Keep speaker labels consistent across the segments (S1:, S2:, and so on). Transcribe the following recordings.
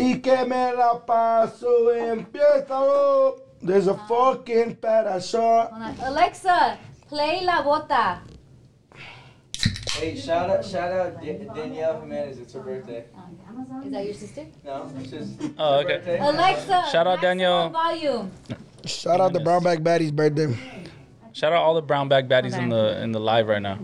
S1: que me la paso en Piétalo. There's a fucking parasol.
S2: Hold on. Alexa, play La Bota.
S3: Hey, shout out, shout out Da- Danielle Jimenez. It's her birthday.
S2: Is that your sister?
S3: No, it's just.
S4: Oh,
S3: her
S4: okay.
S3: birthday.
S2: Alexa,
S4: Shout
S2: maximum
S4: out, Danielle.
S2: Volume.
S1: Shout out to Brownback Baddie's birthday.
S4: Shout out all the brown bag baddies in the in the live right now.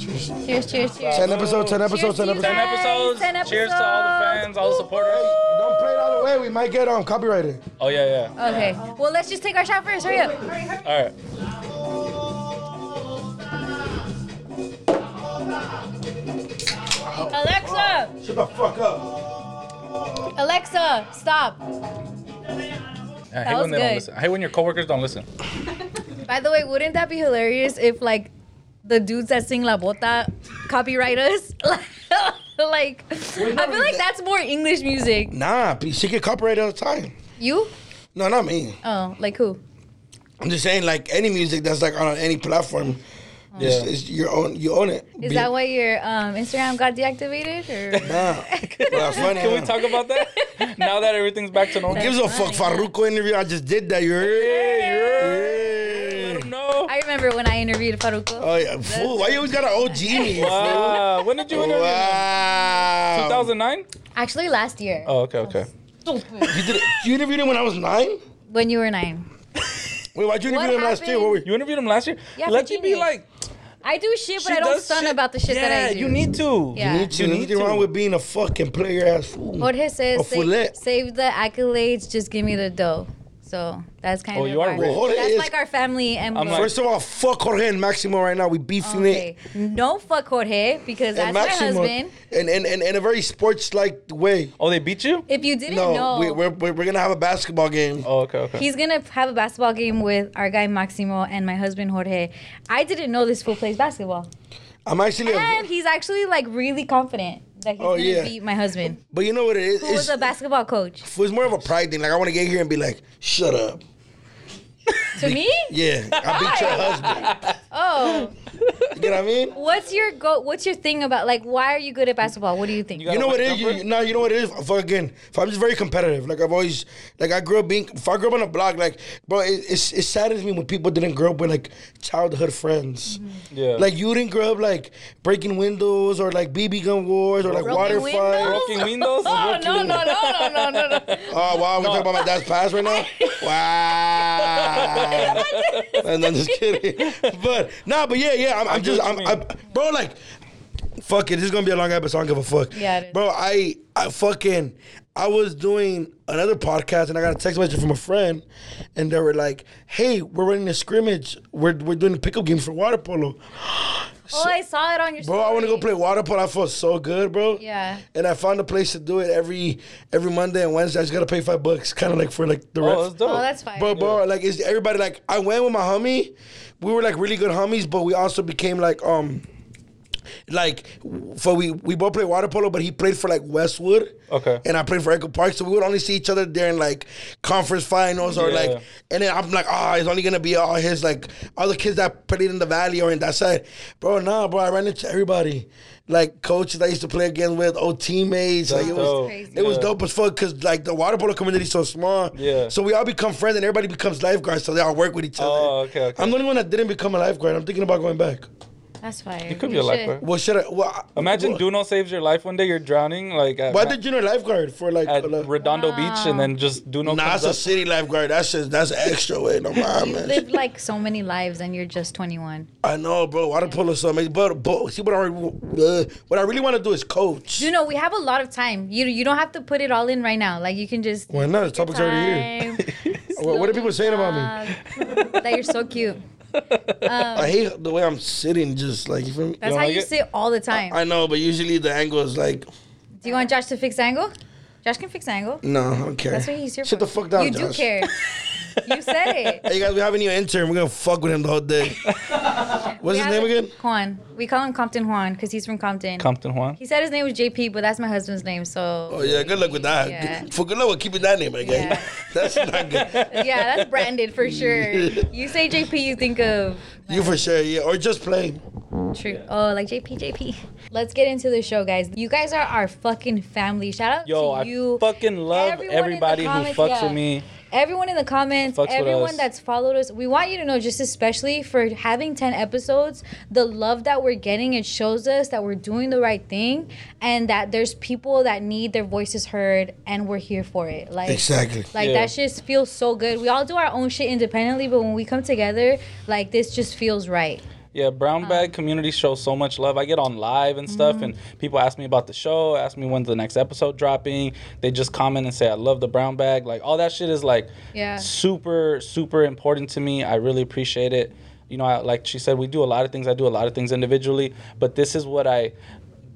S2: Cheers, cheers, cheers.
S1: 10 episodes, 10 episodes,
S2: to
S1: 10
S2: you
S1: episodes.
S4: Ten
S2: Nice,
S4: episodes.
S2: ten
S4: Cheers to all the
S2: episodes.
S4: fans, all the supporters.
S1: Don't play it all the way. We might get um, copyrighted.
S4: Oh yeah, yeah.
S2: Okay. Well, let's just take our shot first. Hurry up.
S4: All right.
S2: Alexa,
S1: Shut the fuck up.
S2: Alexa, stop.
S4: I
S2: That
S4: hate
S2: was
S4: when they
S2: good.
S4: don't listen. I hate when your coworkers don't listen.
S2: By the way, wouldn't that be hilarious if like the dudes that sing La Bota copyright us? like, I feel like that's more English music.
S1: Nah, P, she get copyrighted all the time.
S2: You?
S1: No, not me.
S2: Oh, like who?
S1: I'm just saying, like any music that's like on any platform, it's, it's your own. You own it.
S2: Is
S1: Be-
S2: that why your um, Instagram got deactivated? Or
S1: Nah, Well, that's funny.
S4: Can we
S1: huh?
S4: talk about that? now that everything's back to normal.
S1: Gives a fuck. Farruko interview. I just did that. You
S4: Hey,
S1: heard? Yeah.
S4: No.
S2: I remember when I interviewed Faruko.
S1: Oh yeah, fool. Why you always got an OG in me?
S4: Wow. Uh, When did you interview? him?
S1: Wow.
S4: 2009.
S2: Actually, last year.
S4: Oh, okay, okay.
S1: You, did it, you interviewed him when I was nine.
S2: When you were nine.
S1: Wait, why'd you
S2: What
S1: interview him last year? What were you?
S4: You interviewed him last year.
S2: Yeah,
S4: Let you be
S2: Virginia.
S4: like.
S2: I do shit, but
S4: she
S2: I don't
S4: does
S2: stun
S4: shit.
S2: about the shit that I do.
S4: Yeah, you need to.
S2: Yeah.
S1: You need to.
S4: You
S1: There's
S4: need
S1: Nothing wrong
S4: to.
S1: with being a fucking player ass fool.
S2: Jorge
S1: A
S2: says, save,
S1: fullet.
S2: save the accolades, just give me the dough. So that's kind
S4: Oh,
S2: of
S4: you are
S2: our-
S4: rich. Well,
S1: Jorge
S2: That's
S1: is-
S2: like our family emblem.
S4: like-
S1: First of all, fuck Jorge and Maximo right now. We beefing it.
S2: okay. No fuck Jorge, because that's my husband.
S1: And and and in a very sports like way.
S4: Oh, they beat you?
S2: If you didn't
S1: No,
S2: know,
S1: we, we're, we're we're gonna have a basketball game.
S4: Oh, okay, okay.
S2: he's going to have a basketball game with our guy Maximo and my husband Jorge. I didn't know this fool plays basketball.
S1: I'm actually, a,
S2: And he's actually like really confident that he's
S1: Oh,
S2: going to
S1: yeah.
S2: beat my husband,
S1: but you know what it is?
S2: who was
S1: It's,
S2: a basketball coach.
S1: it's more of a pride thing. Like I want to get here and be like, shut up.
S2: To me?
S1: Yeah, I beat your husband.
S2: Oh.
S1: You know what I mean?
S2: What's your go? What's your thing about like? Why are you good at basketball? What do you think?
S4: You got-
S1: You know what it
S4: wet
S1: is? You, no, you know what it is? Fuck again. If I'm just very competitive. Like I've always, like I grew up being. If I grew up on a block, like bro, it, it's, it saddens me when people didn't grow up with like childhood friends.
S4: Yeah.
S1: Like you didn't grow up like breaking windows or like BB gun wars or like
S2: Broken
S1: water
S2: windows?
S1: fights.
S4: Broken windows?
S2: oh no no no no no no no!
S1: Oh wow, we talking about my dad's past right now. Wow. and then just kidding. But nah, but yeah, yeah. I'm, I'm
S4: get
S1: just,
S4: what
S1: I'm,
S4: you
S1: I'm, bro. Like, fuck it. This is gonna be a long episode. I don't give a fuck.
S2: Yeah, it is.
S1: Bro, I, I fucking, I was doing another podcast and I got a text message from a friend, and they were like, "Hey, we're running a scrimmage. We're we're doing a pickup game for water polo."
S2: Oh, I saw it on your.
S1: Bro, I want to go
S2: story.
S1: play water polo. I feel so good, bro.
S2: Yeah.
S1: And I found a place to do it every every Monday and Wednesday. I just gotta pay five bucks, kind of like for like the
S4: Oh,
S1: rest.
S4: that's dope.
S2: Oh, that's fine.
S1: Bro, bro, like it's everybody like I went with my homie. We were like really good homies, but we also became like um like for we we both played water polo, but he played for like Westwood.
S4: Okay.
S1: And I played for Echo Park. So we would only see each other during like conference finals or
S4: Yeah.
S1: like and then I'm like, oh, it's only gonna be all his like all the kids that played in the valley or in that side. Bro, nah, bro, I ran into everybody. Like coaches I used to play again with, old teammates. like
S4: That's
S1: it
S4: dope.
S1: was
S2: crazy.
S1: it was
S4: Yeah.
S1: dope as fuck because like the water polo community's so small.
S4: Yeah.
S1: So we all become friends and everybody becomes lifeguards, so they all work with each other.
S4: Oh, okay, okay.
S1: I'm the only one that didn't become a lifeguard. I'm thinking about going back.
S2: That's fine.
S4: You could be a lifeguard.
S1: Well, should I? Well, I-
S4: Imagine
S1: well,
S4: Duno saves your life one day. You're drowning like at,
S1: Why did you know lifeguard for like?
S4: at
S1: a li-
S4: Redondo Beach and then just
S1: nah,
S4: Duno comes
S1: that's a
S4: up.
S1: city lifeguard. That's just that's extra way. No mind,
S2: You
S1: man.
S2: live like so many lives, and you're just 21.
S1: I know, bro. Water polo is something, but but see what I uh, what I really want to do is coach.
S2: You know, we have a lot of time. You you don't have to put it all in right now. Like you can just.
S1: Why not? The topic's already here. What, what are people saying about me?
S2: that you're so cute.
S1: I hate the way I'm sitting. Just like you feel me?
S2: That's
S4: don't
S2: how
S4: like
S2: you
S4: it?
S2: sit all the time.
S1: I know, but usually the angle is like
S2: Do you want Josh to fix angle? Josh can fix angle.
S1: no. I don't care.
S2: That's what he's here
S1: Shut
S2: for.
S1: the fuck down,
S2: You do
S1: Josh.
S2: care. you said it.
S1: Hey guys, we have a new intern. We're gonna fuck with him the whole day. What's
S2: We
S1: his
S2: have
S1: name
S2: a-
S1: again?
S2: Juan. We call him Compton Juan because he's from Compton.
S4: Compton Juan.
S2: he said his name was JP, but that's my husband's name. So
S1: Oh yeah, good luck with that.
S2: Yeah.
S1: For good luck with keeping that name, I guess.
S2: Yeah.
S1: That's not good.
S2: yeah, that's branded for sure. You say JP, you think of
S1: You for sure, yeah. Or just play.
S2: True. Oh, like JP, JP. Let's get into the show, guys. You guys are our fucking family. Shout out
S4: Yo,
S2: to
S4: I
S2: you.
S4: fucking love
S2: everyone in the
S4: everybody
S2: comments,
S4: who fucks
S2: yeah.
S4: with me.
S2: everyone in the comments,
S4: Fucks with
S2: everyone
S4: us.
S2: that's followed us, we want you to know just especially for having 10 episodes, the love that we're getting, it shows us that we're doing the right thing and that there's people that need their voices heard and we're here for it. Like
S1: Exactly.
S2: Like
S4: Yeah.
S2: that just feels so good. We all do our own shit independently, but when we come together, like this just feels right.
S4: Yeah,
S2: Uh-huh.
S4: brown bag community shows so much love. I get on live and
S2: Mm-hmm.
S4: stuff, and people ask me about the show, ask me when's the next episode dropping. They just comment and say, "I love the brown bag." Like all that shit is like
S2: Yeah.
S4: super, super important to me. I really appreciate it. You know, I, like she said, we do a lot of things. I do a lot of things individually, but this is what I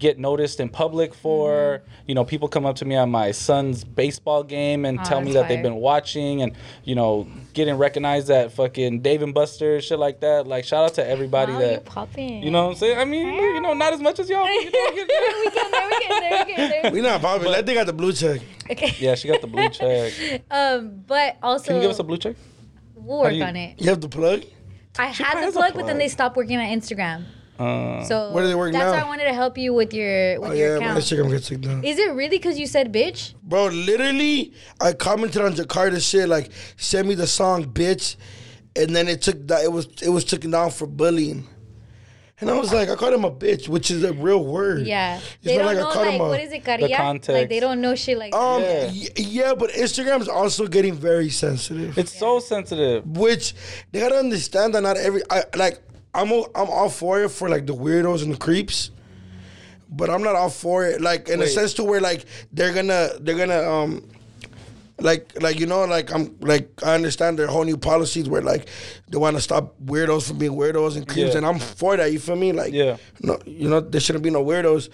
S4: get noticed in public for.
S2: Mm-hmm.
S4: You know, people come up to me at my son's baseball game and
S2: Aw,
S4: tell me
S2: Oh, that's
S4: that they've
S2: fire.
S4: been watching and you know getting recognized at fucking Dave and Buster, shit like that. Like shout out to everybody
S2: Wow, you
S4: that
S2: popping.
S4: you know what I'm saying? I mean, you know, not as much as y'all. but, you know,
S2: we
S4: you
S2: get
S4: know.
S2: there, we get there, we get there.
S1: We not popping. That thing got the blue check.
S2: Okay.
S4: yeah, she got the blue check.
S2: Um, but also,
S4: Can you give us a blue check?
S2: we'll
S4: how
S2: work
S4: do you-
S2: on it.
S1: You have to plug.
S2: I had
S4: probably
S2: the
S4: has a
S2: plug, but then
S4: plug.
S2: they stopped working on Instagram.
S4: Uh,
S2: So
S1: Where do they work
S2: That's why
S1: now?
S2: I wanted to help you with your with
S1: Oh
S2: your
S1: yeah, my
S2: account.
S1: Instagram gets taken down.
S2: Is it really because you said bitch?
S1: Bro, literally, I commented on Jakarta shit like, "Send me the song, bitch," and then it took that it was it was taken down for bullying, and I was like, I called him a bitch, which is a real word.
S2: Yeah,
S1: It's
S2: they
S1: not
S2: don't
S1: like I
S2: know
S1: called
S2: like
S1: him a-
S2: what is it, Karia? Like they
S4: context.
S2: don't know shit like.
S1: Um,
S4: Yeah.
S1: yeah, yeah but Instagram's also getting very sensitive.
S4: it's so sensitive.
S1: which they gotta understand that not every I like I'm all, I'm all for it for like the weirdos and the creeps, but I'm not all for it like in a
S4: Wait.
S1: sense to where like they're gonna they're gonna um like like you know like I'm like I understand their whole new policies where like they want to stop weirdos from being weirdos and creeps
S4: Yeah.
S1: and I'm for that you feel me like
S4: Yeah.
S1: no you know there shouldn't be no weirdos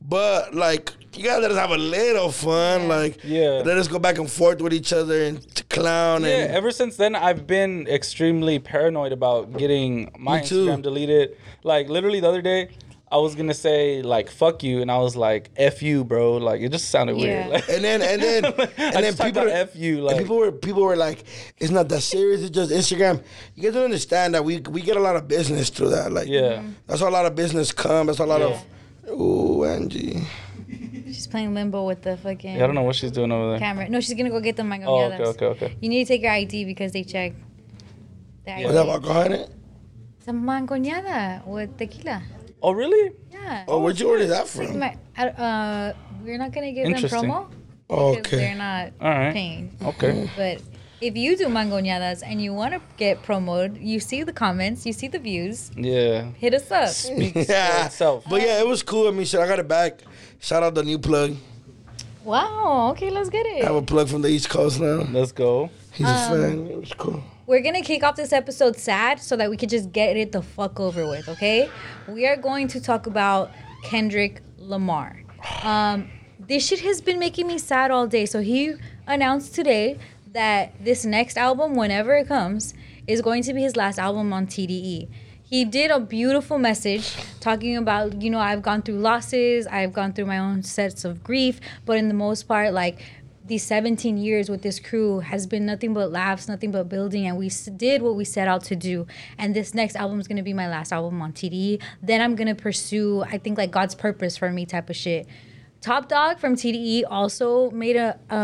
S1: but like you gotta let us have a little fun like
S4: Yeah.
S1: let us go back and forth with each other and t- clown
S4: Yeah,
S1: and
S4: ever since then, I've been extremely paranoid about getting my
S1: Me too.
S4: Instagram deleted. Like, literally the other day, I was gonna say, like, fuck you, and I was like, F you, bro. Like, it just sounded
S2: Yeah.
S4: weird. Like,
S1: And then and then
S4: I
S1: and then
S4: just typed
S1: people
S4: out
S1: are,
S4: F you,
S1: and
S4: like-
S1: people were people were like, it's not that serious. It's just Instagram. You guys don't understand that we we get a lot of business through that. Like
S4: Yeah.
S1: that's how a lot of business come. That's how a lot of ooh Angie.
S2: she's playing limbo with the fucking.
S4: Yeah, I don't know what she's doing over there.
S2: Camera. No, she's gonna go get them.
S4: Oh,
S2: mangonadas.
S4: okay, okay, okay.
S2: You need to take your ID because they check. The ID.
S1: What have alcohol in it?
S2: It's a mangoñada with tequila.
S4: Oh, really?
S2: Yeah.
S1: Oh, where'd you order that from?
S2: My- I- uh, we're not gonna give them
S4: Interesting.
S2: promo because
S1: Oh, Okay.
S2: they're not
S4: All right.
S2: paying.
S4: Okay.
S2: But if you do mangoñadas and you want to get promoted, you see the comments, you see the views,
S4: Yeah.
S2: hit us up.
S4: Speaks for
S1: Yeah.
S4: itself.
S1: But yeah, it was cool. I mean, shit, I got it back. Shout out the new plug.
S2: Wow. Okay, let's get
S1: I have
S2: it.
S1: a plug from the East Coast now.
S4: Let's go.
S1: He's a fan. It was cool.
S2: We're gonna kick off this episode sad so that we could just get it the fuck over with. Okay. We are going to talk about Kendrick Lamar. Um, this shit has been making me sad all day. So he announced today that this next album, whenever it comes, is going to be his last album on TDE. He did a beautiful message talking about, you know, I've gone through losses, I've gone through my own sets of grief, but in the most part, like, these 17 years with this crew has been nothing but laughs, nothing but building, and we s- did what we set out to do. And this next album is gonna be my last album on TDE. Then I'm gonna pursue, I think, like God's purpose for me type of shit. Top Dog from TDE also made a uh,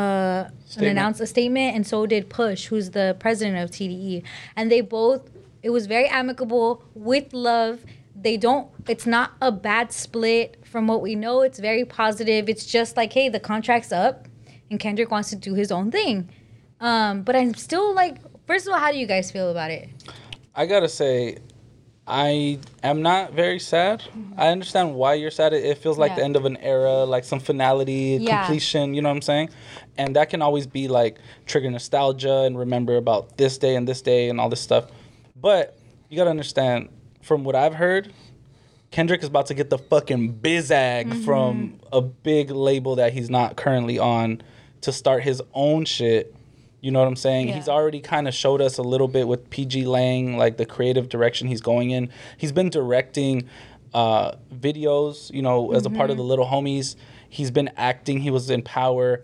S2: an
S4: Statement.
S2: announced a statement, and so did Push, who's the president of TDE, and they both. It was very amicable with love. They don't. It's not a bad split from what we know. It's very positive. It's just like, hey, the contract's up, and Kendrick wants to do his own thing. Um, but I'm still like, first of all, how do you guys feel about it?
S4: I gotta say, I am not very sad. I understand why you're sad. It, it feels like
S2: Mm-hmm. Yeah.
S4: the end of an era, like some finality,
S2: Yeah.
S4: completion. You know what I'm saying? And that can always be like trigger nostalgia and remember about this day and this day and all this stuff. But you gotta understand, from what I've heard, Kendrick is about to get the fucking bizag from a big label that he's not currently on to start his own shit. You know what I'm saying?
S2: Yeah.
S4: He's already kind of showed us a little bit with PG Lang, like the creative direction he's going in. He's been directing uh, videos, you know, as a part of the Little Homies. He's been acting. He was in Power.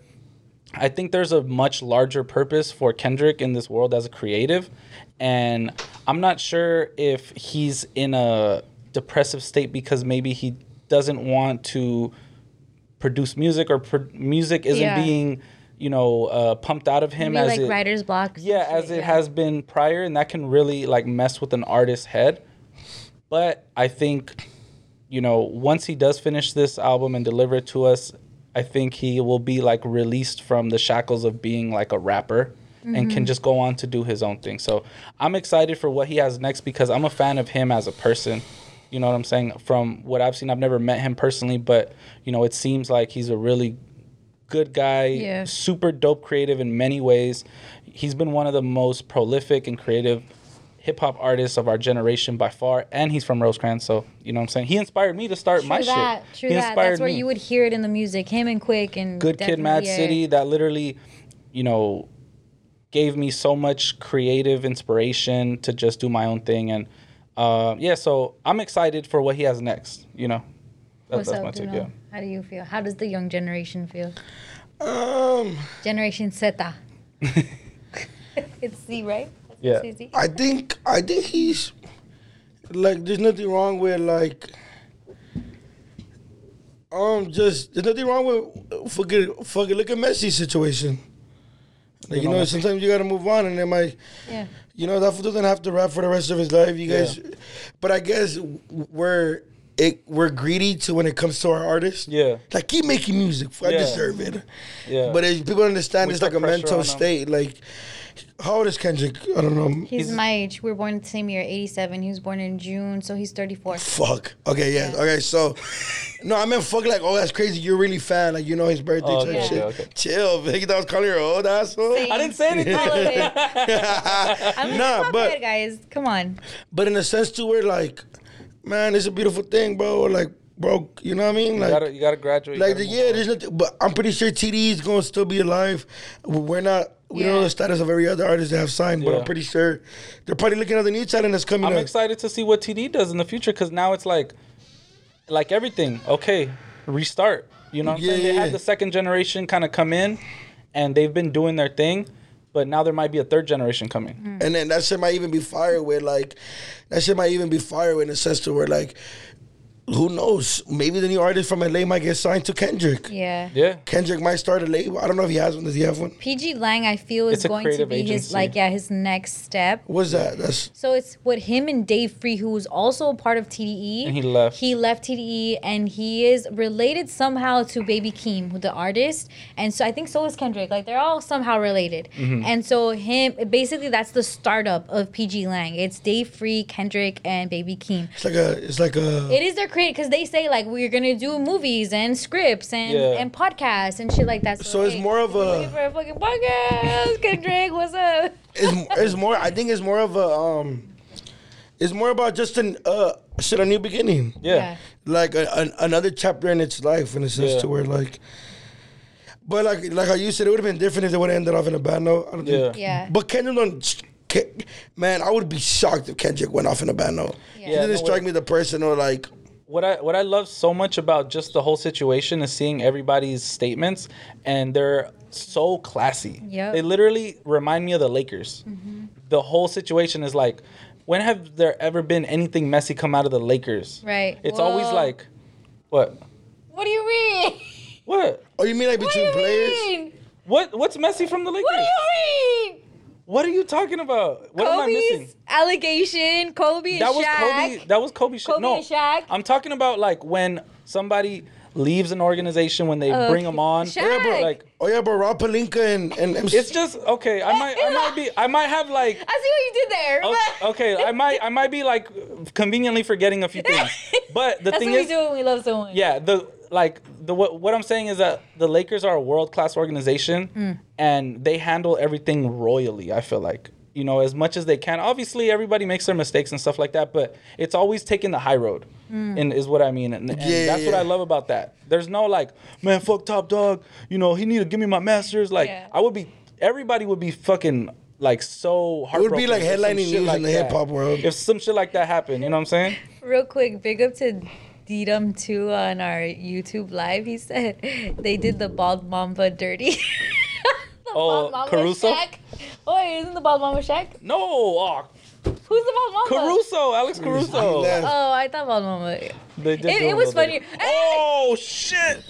S4: I think there's a much larger purpose for Kendrick in this world as a creative, and I'm not sure if he's in a depressive state because maybe he doesn't want to produce music or pro- music isn't
S2: Yeah.
S4: being you know uh, pumped out of him
S2: Maybe
S4: as
S2: like
S4: it,
S2: writer's block. or some
S4: yeah
S2: shit,
S4: as it has been prior and that can really like mess with an artist's head but i think you know once he does finish this album and deliver it to us i think he will be like released from the shackles of being like a rapper and can just go on to do his own thing so i'm excited for what he has next because i'm a fan of him as a person you know what i'm saying from what i've seen i've never met him personally but you know it seems like he's a really good guy,
S2: Yeah.
S4: super dope creative in many ways. He's been one of the most prolific and creative hip hop artists of our generation by far, and he's from Rosecrans, so you know what I'm saying. He inspired me to start
S2: True
S4: my
S2: that.
S4: shit.
S2: True
S4: he
S2: that.
S4: inspired
S2: That's where
S4: me.
S2: you would hear it in the music. Him and Quick and E
S4: Good Kid,
S2: definitely,
S4: Mad
S2: yeah.
S4: City that literally, you know, gave me so much creative inspiration to just do my own thing, and uh, yeah, so I'm excited for what he has next. You know, That-
S2: What's up, Bruno?
S4: yeah.
S2: How do you feel? How does the young generation feel?
S1: Um,
S2: Generation Zeta. it's Z, right? That's
S4: Yeah.
S2: what it says, Z?
S1: I think I think he's like there's nothing wrong with like um just there's nothing wrong with fucking fucking look at Messi situation. Like, you
S4: know,
S1: know,
S4: Messi-
S1: sometimes you gotta move on, and it might,
S2: Yeah.
S1: you know, that fool doesn't have to rap for the rest of his life. You guys,
S4: Yeah.
S1: but I guess we're it, we're greedy to when it comes to our artists.
S4: Yeah.
S1: like keep making music. I
S4: Yeah.
S1: deserve it.
S4: yeah.
S1: But if people understand,
S4: We
S1: it's
S4: put
S1: like a
S4: pressure on
S1: mental
S4: 'em.
S1: state. Like, how old is Kendrick? I don't know.
S2: He's,
S4: He's-
S2: my age. We were born the same year, 87. He was born in June, so he's 34.
S1: Fuck. Okay, yeah.
S2: Yeah.
S1: Okay, so no, I meant fuck like, oh that's crazy. You're really fan, like you know his birthday
S4: Oh,
S1: type
S4: okay,
S1: shit.
S4: okay, okay.
S1: Chill, Vicky that was calling her old asshole.
S2: See?
S4: I didn't say anything.
S2: I'm
S1: Nah,
S2: like, nah,
S1: but-
S2: guys. Come on.
S1: But in a sense too, we're like, man, it's a beautiful thing, bro. Like, bro, you know what I mean?
S4: you
S1: Like
S4: gotta, you gotta graduate. you
S1: like
S4: gotta
S1: the,
S4: move
S1: yeah,
S4: on.
S1: there's nothing but I'm pretty sure T D is gonna still be alive. We're not we don't know
S2: Yeah.
S1: the status of every other artist that have signed, but
S4: Yeah.
S1: I'm pretty sure they're probably looking at the new talent that's coming
S4: I'm
S1: up.
S4: excited to see what TD does in the future because now it's like, like everything. Okay, restart. You know, what I'm
S1: Yeah,
S4: saying? they
S1: yeah,
S4: had
S1: yeah.
S4: the second generation kind of come in, and they've been doing their thing, but now there might be a third generation coming.
S1: And then that shit might even be fire where like that shit might even be fire in a sense to where like who knows? Maybe the new artist from LA might get signed to Kendrick.
S2: Yeah.
S4: Yeah,
S1: Kendrick might start a label. I don't know if he has one. Does he have one?
S2: PG Lang, I feel, is
S4: It's a
S2: going to
S4: creative
S2: be his
S4: agency.
S2: like yeah his next step.
S1: What's that? That's
S2: So it's what him and Dave Free, who was also a part of TDE.
S4: And he left.
S2: He left TDE, and he is related somehow to Baby Keem, who the artist, and so I think so is Kendrick. Like they're all somehow related.
S4: Mm-hmm.
S2: And so him, basically, that's the startup of PG Lang. It's Dave Free, Kendrick, and Baby Keem.
S1: it's like a it's like a
S2: It is their creative because they say like we're gonna do movies and scripts and
S4: Yeah.
S2: and podcasts and shit like that.
S1: So it's more of
S2: we're
S1: a-
S2: looking for a fucking podcast. Kendrick, what's up?
S1: it's, it's more I think it's more of a um it's more about just an uh shit a new beginning.
S4: yeah.
S1: like a, an, another chapter in its life in a sense
S4: Yeah.
S1: to where like but like like how you said it would have been different if they would have ended off in a bad note. I don't think-
S4: Yeah.
S2: Yeah.
S1: But Kendrick don't Ke- man, I would be shocked if Kendrick went off in a bad note.
S2: Yeah.
S1: He
S2: Yeah,
S1: didn't
S4: no
S1: strike me the person or like
S4: what I what I love so much about just the whole situation is seeing everybody's statements, and they're so classy.
S2: Yep.
S4: they literally remind me of the Lakers. The whole situation is like, when have there ever been anything messy come out of the Lakers?
S2: Right.
S4: It's always
S2: Whoa.
S4: like, what,
S2: What do you mean?
S4: what,
S1: Oh you mean like
S2: What do
S1: between
S2: you
S1: players?
S2: mean?
S4: what? What's messy from the Lakers?
S2: What do you mean?
S4: What are you talking about? What am I missing?
S2: Kobe's allegation. Kobe and
S4: that was
S2: Shaq.
S4: Kobe. That was Kobe. Shaq.
S2: Kobe
S4: no,
S2: and Shaq.
S4: I'm talking about like when somebody leaves an organization when they bring 'em bring them on.
S2: Shaq. Yeah, but-
S4: like
S1: Oh yeah, but Rob Palinka and and MC.
S4: it's just okay. I might, I might be, I might have like.
S2: I see what you did there.
S4: o- Oh, Okay, I might, I might be like conveniently forgetting a few things, but the
S2: That's
S4: thing
S2: what
S4: is,
S2: we do when we love someone.
S4: yeah, the like the what, what I'm saying is that the Lakers are a world class organization and they handle everything royally. I feel like you know as much as they can. Obviously, everybody makes their mistakes and stuff like that, but it's always taking the high road, and is what I mean. And, and
S1: Yeah,
S4: that's what
S1: yeah.
S4: I love about that. There's no like, man, fuck top dog. You know, he need to give me my masters. Like
S2: Yeah.
S4: I would be, everybody would be fucking. Like so
S1: would
S4: heartbroken.
S1: be, like,
S4: if some
S1: headlining
S4: shit
S1: news in the
S4: that-
S1: hip-hop world.
S4: If some shit like that happened, you know what I'm saying?
S2: Real quick, big up to Didum too on our YouTube live. He said they did the bald mamba dirty. the
S4: Oh, Caruso?
S2: Shaq. Oh, isn't the bald mamba Shaq?
S1: ah,
S4: No, oh,
S2: Who's the boss mama?
S4: Caruso, Alex
S1: He
S4: Caruso.
S1: left.
S2: Oh, I thought boss mama. It,
S4: They did do a
S2: it was
S4: little
S2: funny.
S4: bit.
S2: Oh,
S4: Oh shit!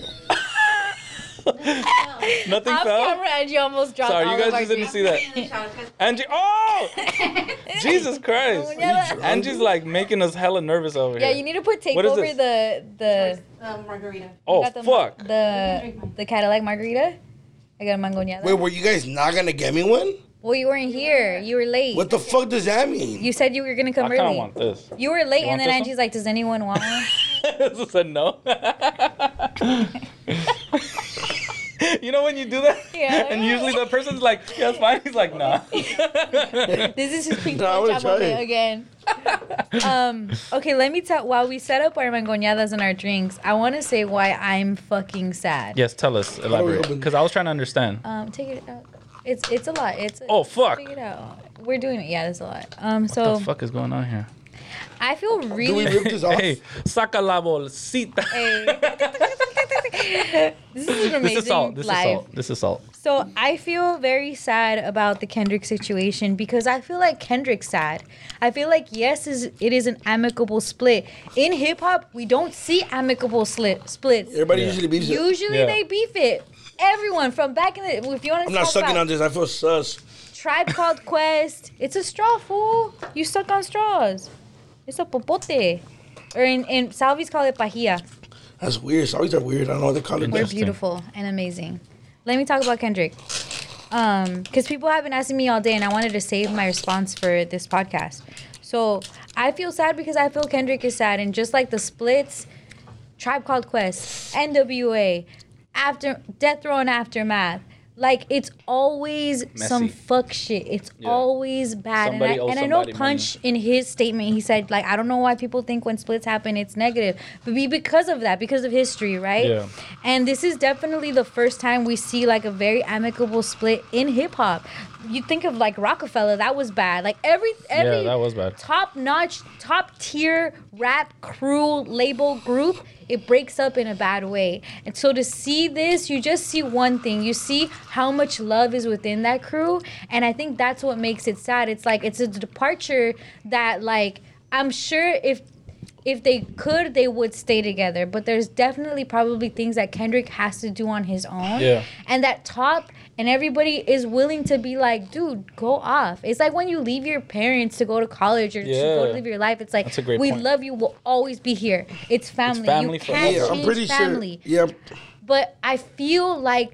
S4: Nothing
S2: off
S4: fell.
S2: camera, Angie almost dropped.
S4: Sorry,
S2: all
S4: you
S2: of
S4: guys
S2: our
S4: just didn't
S2: drinks.
S4: see that. Angie, oh! Jesus Christ!
S2: Oh, Yeah,
S4: Angie's like making us hella nervous over
S2: yeah,
S4: here.
S2: you need to put
S4: What is
S2: takeover the the.
S5: Um, margarita.
S2: you
S4: oh
S2: got the,
S4: fuck!
S2: The the Cadillac margarita. I got a mangoñada.
S1: Wait, were you guys not gonna get me one?
S2: well, you weren't here. You were late.
S1: What the fuck does that mean?
S2: You said you were gonna
S4: I
S2: come
S4: kind of
S2: early.
S4: want this.
S2: You were late,
S4: You want
S2: and then
S4: this one?
S2: Angie's like, "Does anyone want one?"
S4: This is a no. you know when you do that,
S2: Yeah.
S4: and usually the person's like, "Yeah, it's fine." He's like, "Nah."
S2: This is his pink
S1: No, I
S2: no,
S1: would've
S2: job of
S1: tried.
S2: it again. um, okay, let me tell. While we set up our mangoñadas and our drinks, I want to say why I'm fucking sad.
S4: yes, tell us, elaborate,
S1: open-
S4: because I was trying to understand.
S2: Um, take it out. It's it's a lot. It's
S4: Oh, fuck.
S2: Take it out. We're doing it. Yeah, that's a lot. Um,
S4: What
S2: so
S4: the fuck is going on here?
S2: I feel
S1: Do we
S2: really.
S1: rip this off?
S4: Hey, saca la bolsita.
S2: Hey. this is an amazing
S4: This is salt. This
S2: live.
S4: is salt. This is salt.
S2: So I feel very sad about the Kendrick situation because I feel like Kendrick's sad. I feel like yes, is it is an amicable split. In hip hop, we don't see amicable slit splits.
S1: Everybody
S4: Yeah.
S1: usually beefs it.
S2: Usually
S4: Yeah.
S2: they beef it. Everyone from back in the if you want to
S1: I'm not
S2: talk
S1: sucking
S2: about
S1: on this. I feel sus.
S2: Tribe Called Quest, it's a straw fool. You suck on straws. It's a popote. Or in, in Salvi's call it pajilla.
S1: That's weird. Saudis are weird. I don't know what they call
S2: We're
S1: it.
S4: Interesting.
S2: beautiful and amazing. Let me talk about Kendrick. Um, because people have been asking me all day, and I wanted to save my response for this podcast. So I feel sad because I feel Kendrick is sad, and just like the splits, Tribe Called Quest, NWA, after Death Row and Aftermath. Like it's always some
S4: Messy.
S2: fuck shit. It's
S4: Yeah.
S2: always bad.
S4: Somebody
S2: and I,
S4: owes
S2: and I know
S4: somebody
S2: Punch in his statement, he said like I don't know why people think when splits happen it's negative, but be because of that, because of history, right?
S4: Yeah.
S2: And this is definitely the first time we see like a very amicable split in hip hop. You think of like Rockefeller, that was bad. Like every every
S4: that was bad.
S2: top notch, top tier rap crew label group, it breaks up in a bad way. And so to see this, you just see one thing. You see how much love is within that crew. And I think that's what makes it sad. It's like it's a departure that like I'm sure if if they could, they would stay together. But there's definitely probably things that Kendrick has to do on his own.
S4: Yeah.
S2: And that top and everybody is willing to be like, dude, go off. It's like when you leave your parents to go to college or to go
S4: Yeah.
S2: live your life. It's like
S4: That's a great
S2: we
S4: point.
S2: love you. We'll always be here. It's family.
S4: family
S2: you can't
S4: forever.
S1: Yeah,
S2: change
S1: I'm pretty
S2: family.
S1: sure. Yeah,
S2: But I feel like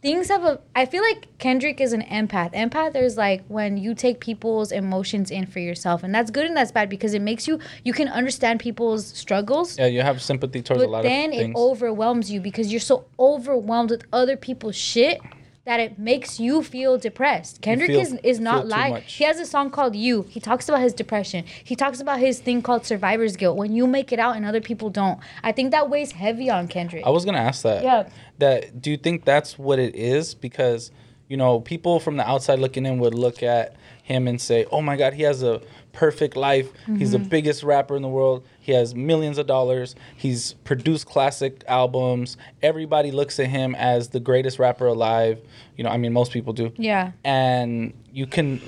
S2: things have a. I feel like Kendrick is an empath. Empath is like when you take people's emotions in for yourself, and that's good and that's bad because it makes you you can understand people's struggles
S4: Yeah, you have sympathy towards a
S2: but
S4: lot
S2: then
S4: of
S2: it
S4: things.
S2: overwhelms you because you're so overwhelmed with other people's shit that it makes you feel depressed. Kendrick
S4: feel-
S2: is, is not
S4: feel too
S2: lying.
S4: much.
S2: He has a song called You. He talks about his depression. He talks about his thing called survivor's guilt when you make it out and other people don't. I think that weighs heavy on Kendrick.
S4: I was gonna ask that.
S2: Yeah.
S4: That do you think that's what it is? Because you know, people from the outside looking in would look at him and say, "Oh my God, he has a perfect life. He's the biggest rapper in the world. He has millions of dollars. He's produced classic albums. Everybody looks at him as the greatest rapper alive. You know, I mean, most people do.
S2: Yeah.
S4: And you can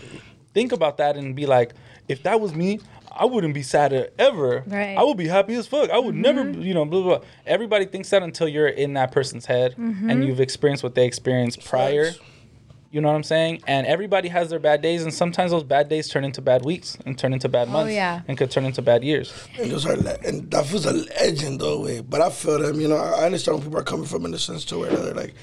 S4: think about that and be like, if that was me." I wouldn't be sad ever.
S2: Right. Mm-hmm.
S4: I would be happy as fuck. I would never, you know, blah, blah, blah. Everybody thinks that until you're in that person's head
S2: Mm-hmm.
S4: and you've experienced what they experienced prior.
S1: Facts.
S4: You know what I'm saying? And everybody has their bad days, and sometimes those bad days turn into bad weeks and turn into bad months
S2: Oh, yeah.
S4: and could turn into bad years.
S1: and those are le- and that was a legend though. Way, but I feel them. You know, I I understand where people are coming from in the sense to where they're like,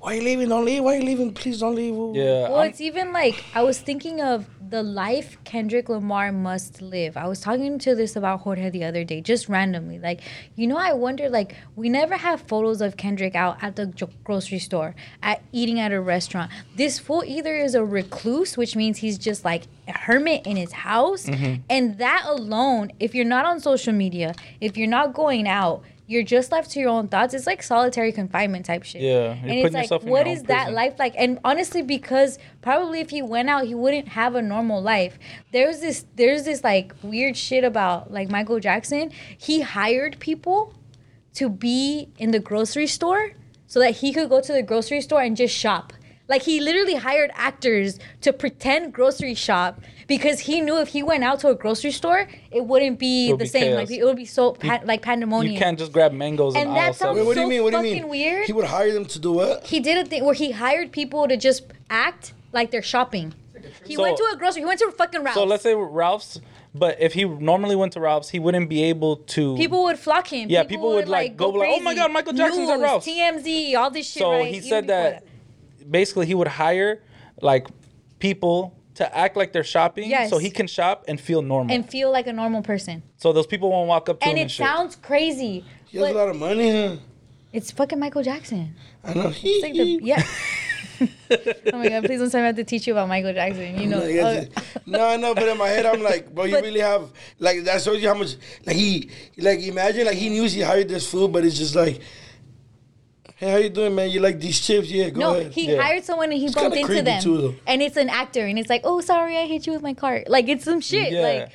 S1: "Why you leaving? Don't leave. Why you leaving? Please don't leave."
S4: Yeah.
S2: Well,
S4: I'm-
S2: it's even like I was thinking of the life Kendrick Lamar must live. I was talking to this about Jorge the other day, just randomly. Like, you know, I wonder, like, we never have photos of Kendrick out at the jo- grocery store, at eating at a restaurant. This fool either is a recluse, which means he's just like a hermit in his house.
S4: Mm-hmm.
S2: And that alone, if you're not on social media, if you're not going out, you're just left to your own thoughts. It's like solitary confinement type shit.
S4: Yeah, you're
S2: and
S4: putting
S2: it's like,
S4: yourself in
S2: what
S4: your own
S2: is that
S4: prison.
S2: life like? And honestly, because probably if he went out, he wouldn't have a normal life. There's this, there's this like weird shit about like Michael Jackson. He hired people to be in the grocery store so that he could go to the grocery store and just shop. Like he literally hired actors to pretend grocery shop because he knew if he went out to a grocery store, it wouldn't be
S4: It'll
S2: the
S4: be
S2: same. Like
S4: chaos.
S2: it would be so pa- like pandemonium.
S4: You can't just grab mangoes and
S2: And
S4: aisle
S2: that's how-
S1: Wait,
S4: seven.
S1: what do you
S2: So
S1: mean? What do you mean?
S2: fucking weird.
S1: He would hire them to do what?
S2: he did a thing where he hired people to just act like they're shopping. He
S4: So-
S2: went to a grocery. He went to fucking Ralph's.
S4: So let's say Ralph's, but if he normally went to Ralph's, he wouldn't be able to.
S2: people would flock him.
S4: Yeah, people would, like, go be like, "Oh my God, Michael Jackson's at
S2: News,
S4: Ralph's."
S2: TMZ, all this shit.
S4: so
S2: right?
S4: he
S2: Even
S4: said
S2: before
S4: that, basically he would hire like people to act like they're shopping,
S2: Yes.
S4: so he can shop and feel normal.
S2: and feel like a normal person.
S4: so those people won't walk up to
S2: And
S4: him
S2: it
S4: and shit.
S2: sounds crazy,
S1: He has a lot
S2: but
S1: of money, huh?
S2: it's fucking Michael Jackson.
S1: I know.
S2: It's like the yeah. oh my god! Please don't tell me I have to teach you about Michael Jackson. You know.
S1: No, yeah,
S2: Uh,
S1: no, I know, but in my head, I'm like, bro, you
S2: But-
S1: really have like that shows you how much like he like imagine like he knew he hired this food, but it's just like, hey, how you doing, man? You like these chips? Yeah, go
S2: No,
S1: ahead.
S2: he
S4: Yeah.
S2: hired someone and he
S1: kinda
S2: bumped into
S1: creepy
S2: them,
S1: too, though.
S2: and it's an actor, and it's like, oh, sorry, I hit you with my cart. Like it's some shit.
S4: yeah.
S2: Like,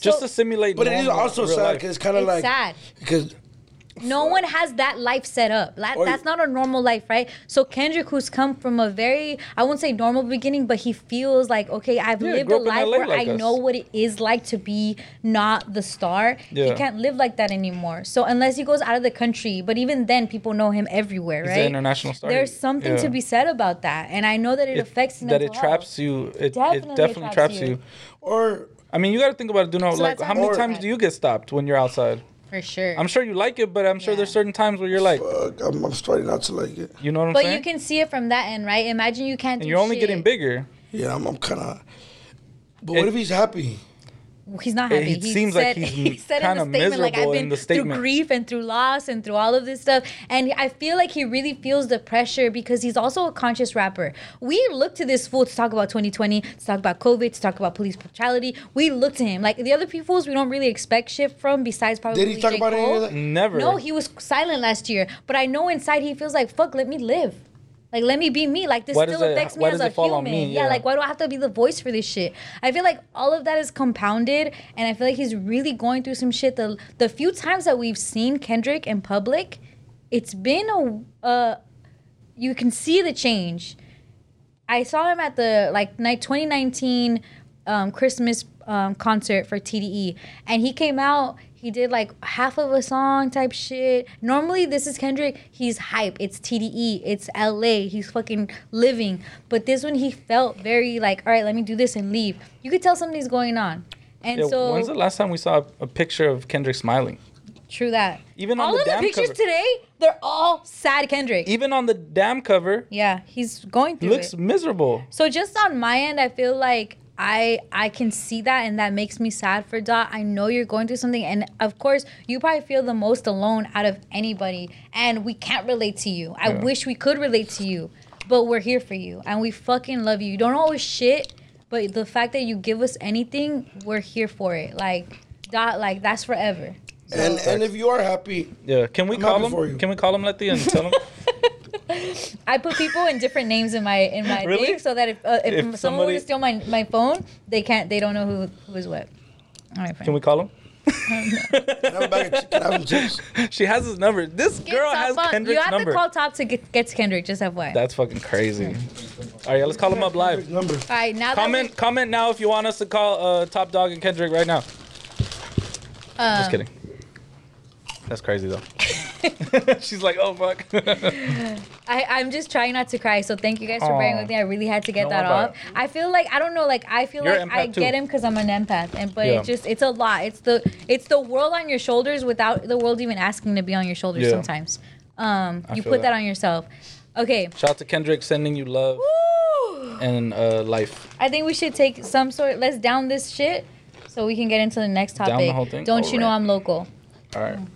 S4: just
S2: so
S4: to simulate.
S1: but it is
S4: normal
S1: also
S4: real
S1: sad
S4: life.
S1: because it's kind of
S2: It's
S1: like
S2: sad.
S1: because
S2: no one has that life set up. That,
S1: Or-
S2: that's not a normal life, right? So Kendrick, who's come from a very, I won't say normal beginning, but he feels like, okay, I've
S4: Yeah,
S2: lived
S4: grew
S2: a
S4: up in
S2: life
S4: LA
S2: where
S4: like
S2: I
S4: us.
S2: know what it is like to be not the star. He
S4: Yeah.
S2: can't live like that anymore. So unless he goes out of the country, but even then, people know him everywhere,
S4: He's
S2: right?
S4: an international star.
S2: There's something
S4: Yeah.
S2: to be said about that, and I know that it, affects
S4: that it
S2: mental health.
S4: traps you. It
S2: Definitely
S4: definitely, it definitely
S2: traps
S4: traps,
S2: you.
S4: you.
S1: or
S4: I mean, you got to think about it. Do know
S2: So
S4: like
S2: that's
S4: how
S2: how
S4: many
S2: I
S4: times
S2: feel.
S4: do you get stopped when you're outside?
S2: for sure.
S4: I'm sure you like it, but I'm sure
S2: Yeah.
S4: there's certain times where you're like,
S1: fuck, I'm, I'm starting not to like it.
S4: you know what I'm
S2: but
S4: saying?
S2: you can see it from that end, right? Imagine you can't.
S4: and
S2: do
S4: you're only
S2: shit.
S4: getting bigger.
S1: Yeah, I'm, I'm kind of. But what
S4: It-
S1: if he's happy?
S2: He's not
S4: It-
S2: happy.
S4: it seems like he's
S2: he said in
S4: kinda
S2: the statement, like I've
S4: miserable in
S2: been
S4: the
S2: through
S4: statement."
S2: grief and through loss and through all of this stuff, and I feel like he really feels the pressure because he's also a conscious rapper. We look to this fool to talk about 2020, to talk about COVID, to talk about police brutality. We look to him like the other people's. We don't really expect shit from besides probably.
S1: Did he talk
S2: J.
S1: about any
S2: Cole.
S1: of that?
S4: Never.
S2: No, he was silent last year, but I know inside he feels like fuck. Let me live. Like let me be me. Like this
S4: Why does
S2: still
S4: it-
S2: affects me
S4: why
S2: as
S4: does
S2: a
S4: it fall
S2: human.
S4: on me?
S2: Yeah.
S4: Yeah.
S2: like why do I have to be the voice for this shit? I feel like all of that is compounded, and I feel like he's really going through some shit. The the few times that we've seen Kendrick in public, it's been a uh, you can see the change. I saw him at the like night 2019 um, Christmas um, concert for TDE, and he came out. He did like half of a song type shit. Normally, this is Kendrick. He's hype. It's TDE. It's LA. He's fucking living. But this one, he felt very like, all right, let me do this and leave. You could tell something's going on. And
S4: Yeah,
S2: so,
S4: when's the last time we saw a, a picture of Kendrick smiling?
S2: true that.
S4: Even on
S2: all
S4: the
S2: of the
S4: damn
S2: pictures
S4: cover.
S2: today, they're all sad Kendrick.
S4: Even on the damn cover,
S2: yeah, he's going
S4: he
S2: through it.
S4: looks miserable.
S2: So just on my end, I feel like I I can see that, and that makes me sad for Dot. I know you're going through something, and of course, you probably feel the most alone out of anybody, and we can't relate to you. I
S4: Yeah.
S2: wish we could relate to you, but we're here for you, and we fucking love you. You don't always shit, but the fact that you give us anything, we're here for it. Like Dot, like that's forever.
S1: And and if you are happy,
S4: Yeah. Can we
S1: I'm happy
S4: call
S1: for you.
S4: him? Can we call him Letty and tell him?
S2: I put people in different names in my in my
S4: Really?
S2: thing so that if, uh, if,
S4: If
S2: someone were
S4: somebody-
S2: to steal my my phone, they can't. They don't know who who is what. All right,
S4: Can
S2: friend.
S4: we call him?
S1: have a bag of chicken, have some chips.
S4: She has his number. This
S2: Get
S4: girl
S2: Top
S4: has
S2: up. You
S4: Kendrick's
S2: have
S4: number.
S2: to call top to get, get to Kendrick. Just FYI.
S4: That's fucking crazy. All right, yeah, let's call him up live.
S1: Number.
S2: All right, now
S4: Comment, comment now if you want us to call uh, Top Dog and Kendrick right now.
S2: That we, um,
S4: Just kidding. That's crazy though. She's like, oh fuck.
S2: I, I'm just trying not to cry. So thank you guys for bearing
S4: Aw.
S2: with me. I really had to get
S4: Don't
S2: that
S4: worry about
S2: off. I feel like I don't know. Like I feel
S4: You're an
S2: like I
S4: empath, too.
S2: get him because I'm an empath, and but
S4: Yeah.
S2: it's just it's a lot. It's the it's the world on your shoulders without the world even asking to be on your shoulders.
S4: Yeah.
S2: Sometimes, um,
S4: I
S2: you
S4: feel
S2: put that.
S4: that.
S2: on yourself. Okay.
S4: Shout out to Kendrick sending you love
S2: Woo!
S4: and uh, life.
S2: I think we should take some sort. Let's down this shit so we can get into the next
S4: Down the
S2: topic.
S4: whole thing? Oh,
S2: Don't you know
S4: Alright.
S2: I'm local?
S4: All right.
S2: Mm.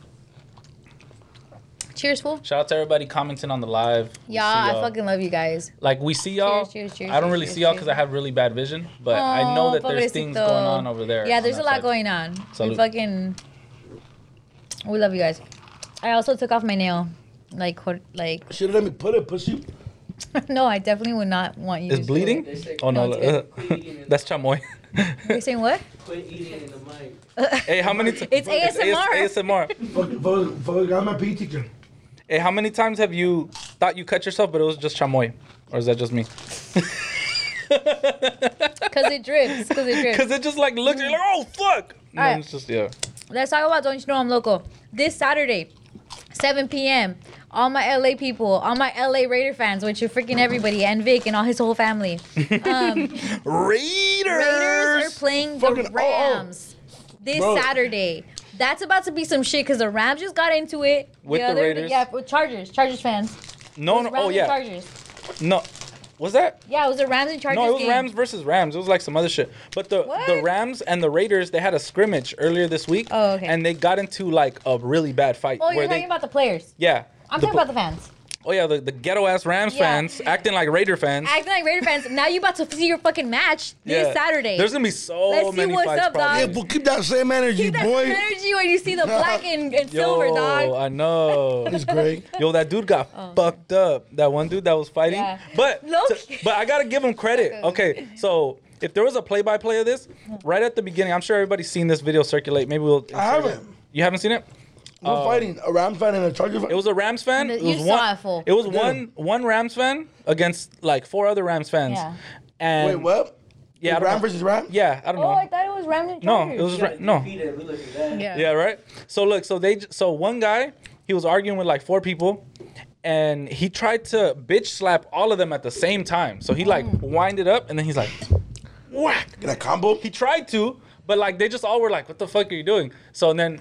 S2: Cheers, fool.
S4: Shout out to everybody commenting on the live. We see
S2: Y'all, I fucking love you guys.
S4: like we see y'all.
S2: Cheers, cheers, cheers,
S4: I don't really
S2: cheers,
S4: see y'all
S2: cheers.
S4: because I have really bad vision, but I know
S2: Aw,
S4: that there's things
S2: pobrecito.
S4: going on over there.
S2: Yeah,
S4: on
S2: there's a
S4: that
S2: lot
S4: side.
S2: going on. We
S4: Salud.
S2: fucking. We love you guys. I also took off my nail. Like, what- like,
S1: Should have let me put it, pussy.
S2: no, I definitely would not want you.
S4: It's
S2: to do
S4: bleeding.
S3: They say-
S4: Oh no,
S2: No,
S3: good.
S4: that's chamoy.
S2: it. You're saying what?
S3: Quit eating in the mic.
S4: hey, how many? T-
S2: It's ASMR.
S4: AS- ASMR.
S1: Fuck, fuck, fuck, I'm a PE teacher.
S4: hey, how many times have you thought you cut yourself, but it was just chamoy? or is that just me?
S2: Because it drips. Because it drips.
S4: Because it just like looks you're like oh fuck. And
S2: All right.
S4: then it's just yeah.
S2: Let's talk about Don't You Know I'm Local. This Saturday, 7 p.m. All my LA people, all my LA Raider fans, which are freaking everybody, and Vic and all his whole family. Um, Raiders are
S1: Raiders.
S2: playing the
S1: Fucking- oh, oh.
S2: Rams this
S1: Bro.
S2: Saturday. That's about to be some shit because the Rams just got into it
S4: With the
S2: other-
S4: Raiders?
S2: Yeah, with Chargers, Chargers fans.
S4: No,
S2: It was
S4: no,
S2: Rams
S4: oh
S2: and
S4: yeah,
S2: Chargers.
S4: no. Was that?
S2: Yeah, it was a Rams and Chargers
S4: No, it was
S2: game.
S4: Rams versus Rams. It was like some other shit. But the the
S2: What?
S4: Rams and the Raiders, they had a scrimmage earlier this week.
S2: Oh, okay.
S4: And they got into like a really bad fight.
S2: Oh, you're
S4: where
S2: talking
S4: they,
S2: about the players.
S4: yeah.
S2: I'm
S4: the,
S2: talking about the fans.
S4: oh yeah, the, the ghetto ass Rams
S2: Yeah.
S4: fans acting like Raider fans.
S2: Acting like Raider fans. Now you about to see your fucking match this
S4: Yeah.
S2: Saturday.
S4: There's gonna be so
S2: Let's see
S4: many
S2: what's
S4: fights
S2: up, dog.
S1: Yeah,
S4: probably.
S1: but keep that same energy,
S2: See that
S1: boy.
S2: energy when you see the black and, and
S4: Yo,
S2: silver, dog. Oh.
S4: I know.
S1: It's great.
S4: Yo, that dude got fucked up. That one dude that was fighting.
S2: Yeah.
S4: But
S2: Low
S4: t-
S2: key.
S4: but I gotta give him credit. Okay, so if there was a play-by-play of this, right at the beginning, I'm sure everybody's seen this video circulate. Maybe we'll.
S1: I haven't.
S4: You haven't seen it? Oh.
S1: We're fighting a Ram fan and a Charger fan.
S4: It was a Rams fan.
S2: You
S4: It was
S2: saw
S4: one.
S2: it, fool.
S4: was one one Rams fan against like four other Rams fans.
S2: Yeah.
S4: And
S1: Wait, what?
S4: Yeah, I don't
S1: Ram
S4: know.
S1: versus Ram.
S4: Yeah, I don't
S2: Oh, I
S4: know.
S2: thought it was Rams and
S4: No,
S2: Chargers.
S4: it was Ra- no.
S3: Beat it, we look at that.
S2: Yeah.
S4: Yeah, right. So look, so they j- so one guy he was arguing with like four people, and he tried to bitch slap all of them at the same time. So he like
S2: Mm.
S4: winded up, and then he's like, whack.
S1: Get a combo.
S4: He tried to, but like they just all were like, "What the fuck are you doing?" So and then,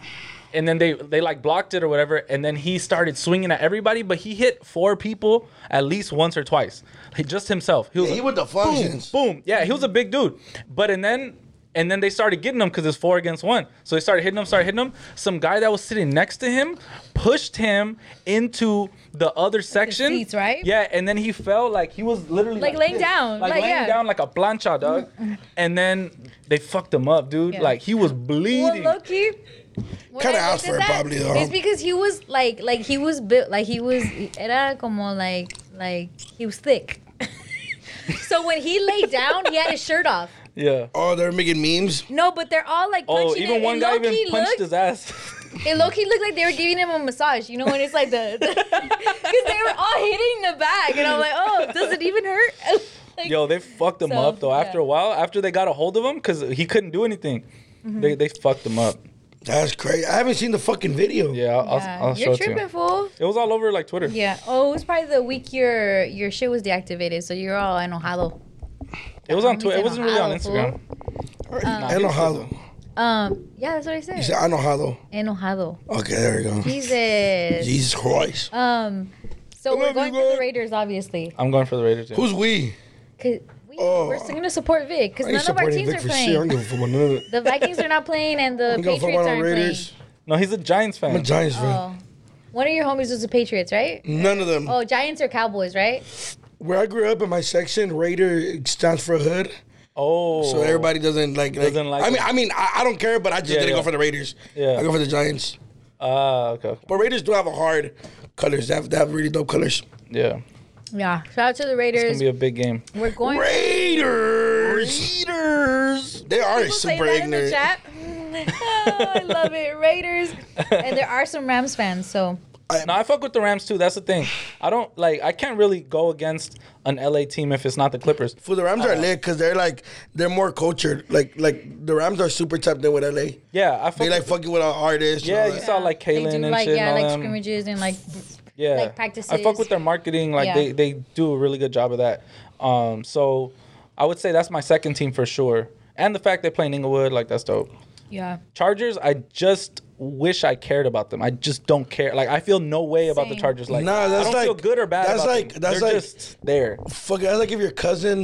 S4: and then they they like blocked it or whatever, and then he started swinging at everybody, but he hit four people at least once or twice, like just himself. He was
S1: Yeah, he
S4: like,
S1: with the functions.
S4: boom. Yeah, he was a big dude. But and then and then they started getting him because it's four against one. So they started hitting him, started hitting him. Some guy that was sitting next to him pushed him into the other section.
S2: seats, right?
S4: Yeah, and then he fell like he was literally
S2: Like laying
S4: this.
S2: down,
S4: like,
S2: like,
S4: laying
S2: yeah.
S4: down like a plancha, dog. and then they fucked him up, dude.
S2: Yeah.
S4: Like he was bleeding.
S2: Well, Loki.
S1: Kinda asked for it, probably, though.
S2: It's because he was like, like he was built, like he was, era como like, like he was thick. so when he lay down, he had his shirt off.
S4: yeah.
S1: Oh, they're making memes.
S2: No, but they're all like punching
S4: Oh, even
S2: it.
S4: one
S2: it
S4: guy
S2: low-key
S4: even punched
S2: looked,
S4: his ass.
S2: It low key looked like they were giving him a massage. You know when it's like the, because they were all hitting the back, and I'm like, oh, does it even hurt? Like-
S4: Yo, they fucked him
S2: So,
S4: up though.
S2: yeah.
S4: After a while, after they got a hold of him, because he couldn't do anything,
S2: Mm-hmm.
S4: they they fucked him up.
S1: That's crazy. I haven't seen the fucking video.
S4: Yeah, I'll,
S2: Yeah,
S4: I'll, I'll show
S2: you're
S4: it to
S2: tripping,
S4: you.
S2: fool.
S4: It was all over like Twitter.
S2: Yeah. Oh, it was probably the week your your shit was deactivated, so you're all enojado.
S4: It was on
S2: Homie's
S4: Twitter. It
S2: in
S4: wasn't really on
S2: Ohio, fool.
S4: Instagram.
S1: I know hollow.
S2: Um. Yeah, that's what I
S1: You
S2: said.
S1: said I know hollow.
S2: Enojado.
S1: Okay, there we go.
S2: Jesus.
S1: Jesus Christ.
S2: Um. So
S1: Come
S2: we're
S1: on,
S2: going
S1: you
S2: for the
S1: guys.
S2: Raiders, obviously.
S4: I'm going for the Raiders. Yeah.
S1: Who's we?
S2: Cause we,
S1: Oh.
S2: we're still gonna support Vic because
S1: I ain't
S2: none of our
S1: supporting
S2: teams
S1: Vic
S2: are
S1: for shit. I don't
S2: playing.
S1: give a fuck about none of it.
S2: The Vikings are not playing, and
S1: I don't
S2: the
S1: give a fuck
S2: Patriots
S1: about
S2: aren't
S1: no
S2: playing.
S1: Raiders.
S4: no, he's a Giants fan.
S1: I'm a Giants fan.
S2: Oh. One of your homies was the Patriots, right?
S1: None of them.
S2: Oh, Giants or Cowboys, right?
S1: Where I grew up in my section, Raider stands for hood,
S4: oh,
S1: so everybody doesn't like. like,
S4: Doesn't like
S1: I mean,
S4: it.
S1: I mean, I, I don't care, but I just
S4: Yeah,
S1: didn't
S4: yeah.
S1: go for the Raiders.
S4: Yeah.
S1: I go for the Giants.
S4: Ah, okay. okay.
S1: But Raiders do have a hard colors. They have, they have really dope colors.
S4: Yeah,
S2: Yeah. Shout out to the
S4: it's gonna
S2: Raiders.
S4: be a big game.
S2: we're going.
S1: Raiders. Raiders. They are
S2: People say
S1: super
S2: that
S1: ignorant.
S2: In the chat. oh, I love it, Raiders. And there are some Rams fans, so
S4: No, I fuck with the Rams too. That's the thing. I don't like. I can't really go against an LA team if it's not the Clippers.
S1: Fool, the Rams are
S4: Uh-huh.
S1: lit because they're like they're more cultured. Like like the Rams are super tapped in with LA.
S4: Yeah, I fuck.
S1: They like
S4: with-
S1: fucking with our artists. and
S4: Yeah,
S1: all
S4: you
S1: that.
S4: saw like
S2: they
S4: Kalen
S2: do
S4: and
S2: like
S4: shit.
S2: yeah,
S4: and all
S2: like
S4: them.
S2: scrimmages and like
S4: yeah.
S2: like practices.
S4: I fuck with their marketing. Like
S2: Yeah.
S4: they they do a really good job of that. Um, so I would say that's my second team for sure. And the fact they play in Inglewood, like that's dope.
S2: yeah.
S4: Chargers, I just wish I cared about them. I just don't care. Like I feel no way about the
S2: Same.
S4: Chargers. Like
S1: Nah, that's
S4: I don't
S1: like-
S4: feel good or bad.
S1: that's
S4: about
S1: like-
S4: them.
S1: that's
S4: They're
S1: like-
S4: just there.
S1: Fuck, that's like if your cousin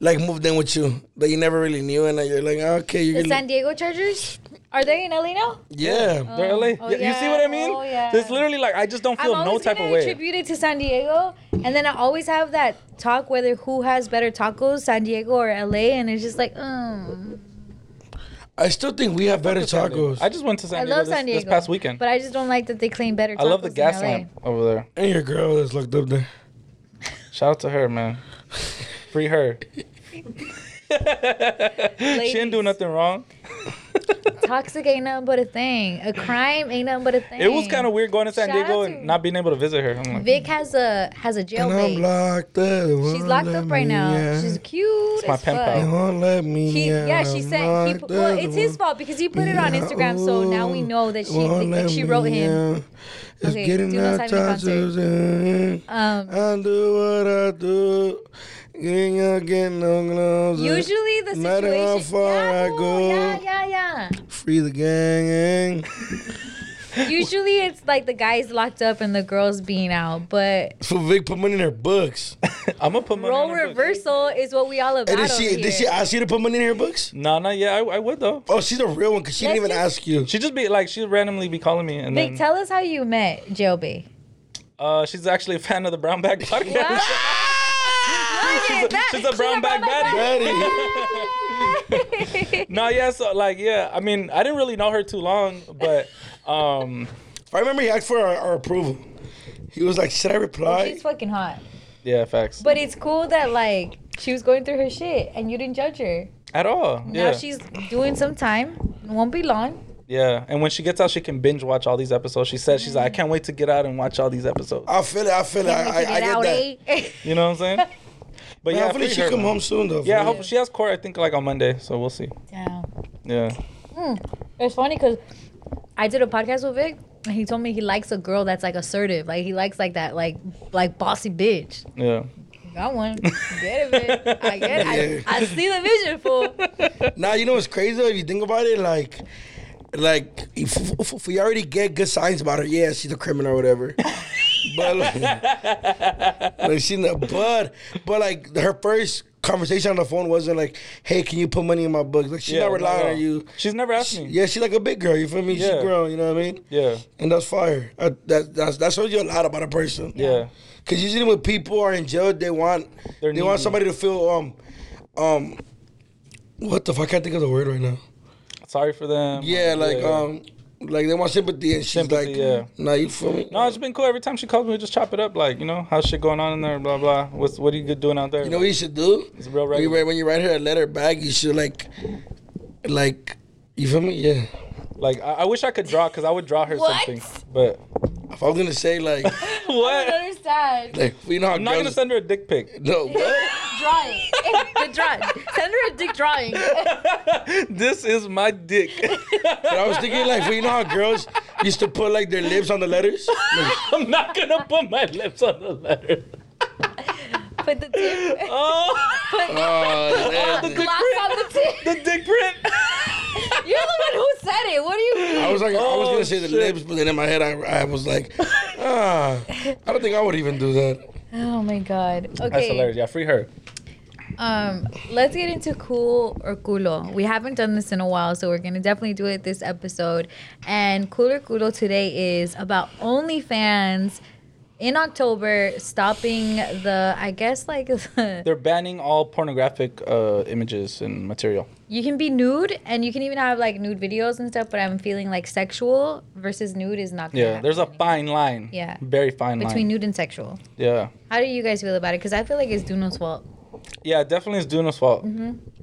S1: like moved in with you that you never really knew, and that you're like, "Ah, okay, you're
S2: The
S1: gonna,
S2: San Diego Chargers are they in LA now?
S1: yeah.
S4: They're LA.
S2: oh,
S4: You- You see what I
S2: yeah.
S4: mean?
S2: Oh, yeah.
S4: It's literally like I just don't
S2: I'm
S4: feel no
S2: always
S4: type
S2: gonna
S4: of way.
S2: attribute it to San Diego, and then I always have that talk whether who has better tacos, San Diego or LA, and it's just like, um,
S1: I still think we have better tacos.
S4: I just went to San
S2: I
S4: Diego,
S2: love
S4: this,
S2: San Diego.
S4: this past weekend.
S2: but I just don't like that they claim better. Tacos
S4: I love the
S2: in
S4: gas
S2: LA.
S4: lamp over there.
S1: and your girl that's looked up there.
S4: Shout out to her, man. Free her. she didn't do
S2: Ladies.
S4: nothing wrong.
S2: Toxic ain't nothing but a thing. A crime ain't nothing but a thing.
S4: It was kind of weird going to San
S2: Shout out
S4: Diego
S2: to-
S4: and not being able to visit her. I'm like,
S2: Vic has a has a
S1: And I'm
S2: jailbait.
S1: locked up.
S2: She's locked up right now. She's cute.
S4: my
S2: as
S4: pimp
S2: fuck.
S4: out.
S1: They won't let me
S2: He,
S1: out.
S2: yeah, she
S1: I'm
S2: said he,
S1: locked
S2: put- well,
S1: up.
S2: it's his fault because he put it on
S1: Yeah,
S2: Instagram. So now we
S1: ooh,
S2: know that she
S1: won't
S2: that
S1: let
S2: she
S1: me
S2: wrote him.
S1: out. It's
S2: Okay,
S1: getting
S2: do not
S1: out
S2: sign me
S1: touches, uh,
S2: Um,
S1: I do what I do. Ain't gonna get no gloves.
S2: usually the
S1: matter how
S2: situation.
S1: far
S2: yeah,
S1: I
S2: ooh,
S1: go.
S2: yeah, yeah,
S1: Free the gang.
S2: yeah. Usually it's like the guy's locked up and the girl's being out, but
S1: So Vic put money in her books.
S4: I'm gonna put money.
S2: role
S4: on her book.
S2: reversal is what we all about.
S1: Hey, did
S2: over
S1: she?
S2: here.
S1: Did she ask you to put money in her books?
S4: No, no, yeah, I, I would though.
S1: Oh, she's a real one because she didn't
S2: Let's
S1: even
S2: just-
S1: ask you.
S4: She just be like, she'd randomly be calling me, and
S2: Vic,
S4: then
S2: tell us how you met Joby.
S4: uh, she's actually a fan of the Brown Bag Podcast. she's, a, she's a brown bag baddie.
S1: Daddy.
S4: No, yeah, so like, yeah, I mean, I didn't really know her too long, but um,
S1: I remember he asked for our, our approval. He was like, "Should I reply?"
S2: She's fucking hot.
S4: yeah, facts.
S2: But it's cool that like she was going through her shit and you didn't judge her.
S4: At all,
S2: Now
S4: yeah,
S2: she's doing some time. Won't be long.
S4: yeah. And when she gets out, she can binge watch all these episodes. She says she's like, I can't wait to get out and watch all these episodes.
S1: I feel it. I feel it. I, I, I get that.
S2: eh?
S4: You know what I'm saying? But yeah,
S1: hopefully
S4: free
S1: she
S4: her,
S1: come
S4: man.
S1: home soon though.
S4: Yeah, I
S1: for
S4: hope she has court. I think like on Monday, so we'll see.
S2: Damn. Hmm.
S4: Yeah.
S2: It's funny because I did a podcast with Vic, and he told me he likes a girl that's like assertive, like he likes like that, like like bossy bitch.
S4: Yeah.
S2: Got one, get it, bitch. I get it. I, I see the vision, fool.
S1: real. Now you know what's crazy though? if you think about it, like. Like if, if, if we already get good signs about her, yeah, she's a criminal or whatever. but like, like she's not, but but like her first conversation on the phone wasn't like, "Hey, can you put money in my books?" Like she's
S4: yeah,
S1: not relying
S4: no.
S1: on you.
S4: She's never asked me.
S1: Yeah, she's like a big girl. You feel me? She's
S4: Yeah.
S1: grown. You know what I mean?
S4: Yeah.
S1: And that's fire. I, that that's, that shows you a lot about a person.
S4: Yeah.
S1: Cause usually when people are in jail, they want
S4: They're
S1: they want
S4: needy.
S1: somebody to feel um um what the fuck I can't think of the word right now.
S4: Sorry for them.
S1: Yeah, like
S4: yeah.
S1: um like they want sympathy and she's
S4: Sympathy,
S1: like
S4: yeah.
S1: nah you feel me?
S4: No, it's been cool. Every time she calls me, we just chop it up. Like, you know, how's shit going on in there? Blah blah. What's what are you doing out there?
S1: You know what you should do?
S4: it's real
S1: When you,
S4: regular.
S1: write, when you write her a letter back, you should like like you feel me? Yeah.
S4: Like, I, I wish I could draw because I would draw her
S2: What?
S4: something. But
S1: If I was gonna say like
S2: I don't
S4: what?
S2: understand.
S1: like you know how
S4: I'm not gonna
S1: girls-
S4: send her a dick pic.
S1: no what?
S2: Drawing, the drawing. Send her a dick drawing.
S4: This is my dick.
S1: But I was thinking like well, you know how girls used to put like their lips on the letters? Like,
S4: I'm not gonna put my lips on the letter.
S2: Put the tip.
S4: Oh,
S1: oh,
S4: oh, the
S1: man.
S4: dick
S2: Locks on
S4: print.
S2: the tip.
S4: The dick print.
S2: You're the one who said it. What do you mean?
S1: I was like, I was
S4: Oh,
S1: gonna say the
S4: shit.
S1: lips, but then in my head, I, I was like, ah, I don't think I would even do that.
S2: Oh my god. Okay.
S4: That's hilarious. Yeah, free her.
S2: Um, let's get into cool or culo. We haven't done this in a while, so we're gonna definitely do it this episode. And cool or culo today is about OnlyFans in October stopping the, I guess like
S4: They're banning all pornographic uh, images and material.
S2: you can be nude and you can even have like nude videos and stuff. But I'm feeling like sexual versus nude is not. Gonna
S4: Yeah, there's a
S2: happen
S4: fine line.
S2: Yeah.
S4: Very fine
S2: between
S4: line.
S2: nude and sexual.
S4: Yeah.
S2: How do you guys feel about it? Because I feel like it's Duno's fault.
S4: Yeah, definitely it's Duno's fault.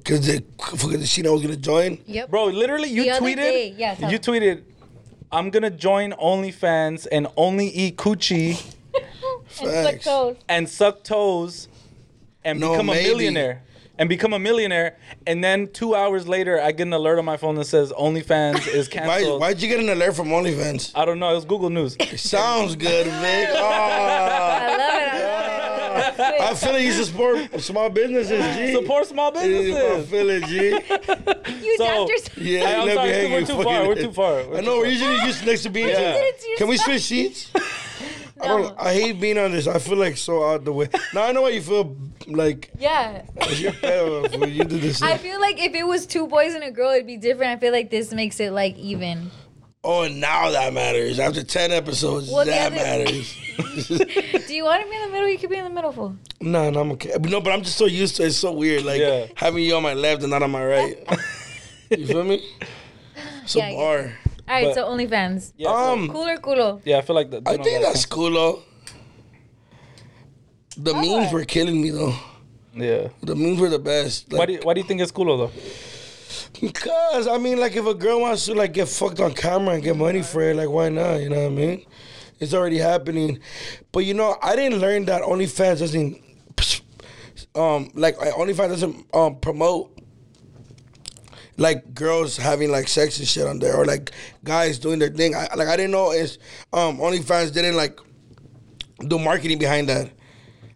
S1: Cause the, fucking she know I was gonna join.
S2: Yep.
S4: Bro, literally you
S2: The other
S4: tweeted
S2: day, yeah, tell
S4: you
S2: me.
S4: tweeted I'm gonna join OnlyFans and only eat coochie
S1: Facts.
S4: and suck toes and
S1: No,
S4: become
S1: maybe.
S4: a millionaire. And become a millionaire. And then two hours later I get an alert on my phone that says OnlyFans is
S1: Why?
S4: canceled.
S1: Why'd you get an alert from OnlyFans?
S4: I don't know, it was Google News.
S1: It sounds good, Vic. Ah,
S2: I love it. I love it.
S1: I feel like you should support small businesses, G.
S4: Support small
S1: I
S4: businesses.
S1: feel it, G.
S2: You
S4: So-
S2: dabbed yourself.
S1: Yeah,
S4: I'm
S1: let me
S4: sorry,
S1: hang
S4: we're
S1: you
S4: too
S1: fucking-
S4: far, we're too far, we're
S1: I
S4: too
S1: know we're usually just next to being.
S4: Yeah.
S2: did it to
S1: Can we
S2: yourself.
S1: switch seats? I don't. I hate being on this. I feel like so out the way. Now I know why you feel like
S2: Yeah.
S1: you're better, fool. You did this.
S2: I
S1: shit.
S2: feel like if it was two boys and a girl, it'd be different. I feel like this makes it like even.
S1: Oh, and now that matters. After 10 episodes,
S2: Well, the
S1: that
S2: other-
S1: matters.
S2: Do you want to be in the middle? You could be in the middle. Fool.
S1: no, no, I'm okay. But No, but I'm just so used to it. It's so weird. Like,
S4: Yeah.
S1: having you on my left and not on my right. you feel me? So
S2: Yeah, I get
S1: bar.
S2: All right,
S4: But-
S2: so OnlyFans.
S4: Yeah, so-
S1: Um,
S2: Cooler, culo.
S4: yeah, I feel like the,
S1: I
S4: Duno
S1: think
S4: got
S1: that's cool, though. The memes were killing me, though.
S4: canceled. yeah.
S1: The memes were the best.
S4: Why
S1: Like,
S4: do you, why do you think it's cool though?
S1: Because I mean, like, if a girl wants to like get fucked on camera and get money for it, like, why not? You know what I mean? It's already happening. But you know, I didn't learn that OnlyFans doesn't, um, like OnlyFans doesn't um promote like girls having like sex and shit on there, or like guys doing their thing. I, like I didn't know it's um OnlyFans didn't like do marketing behind that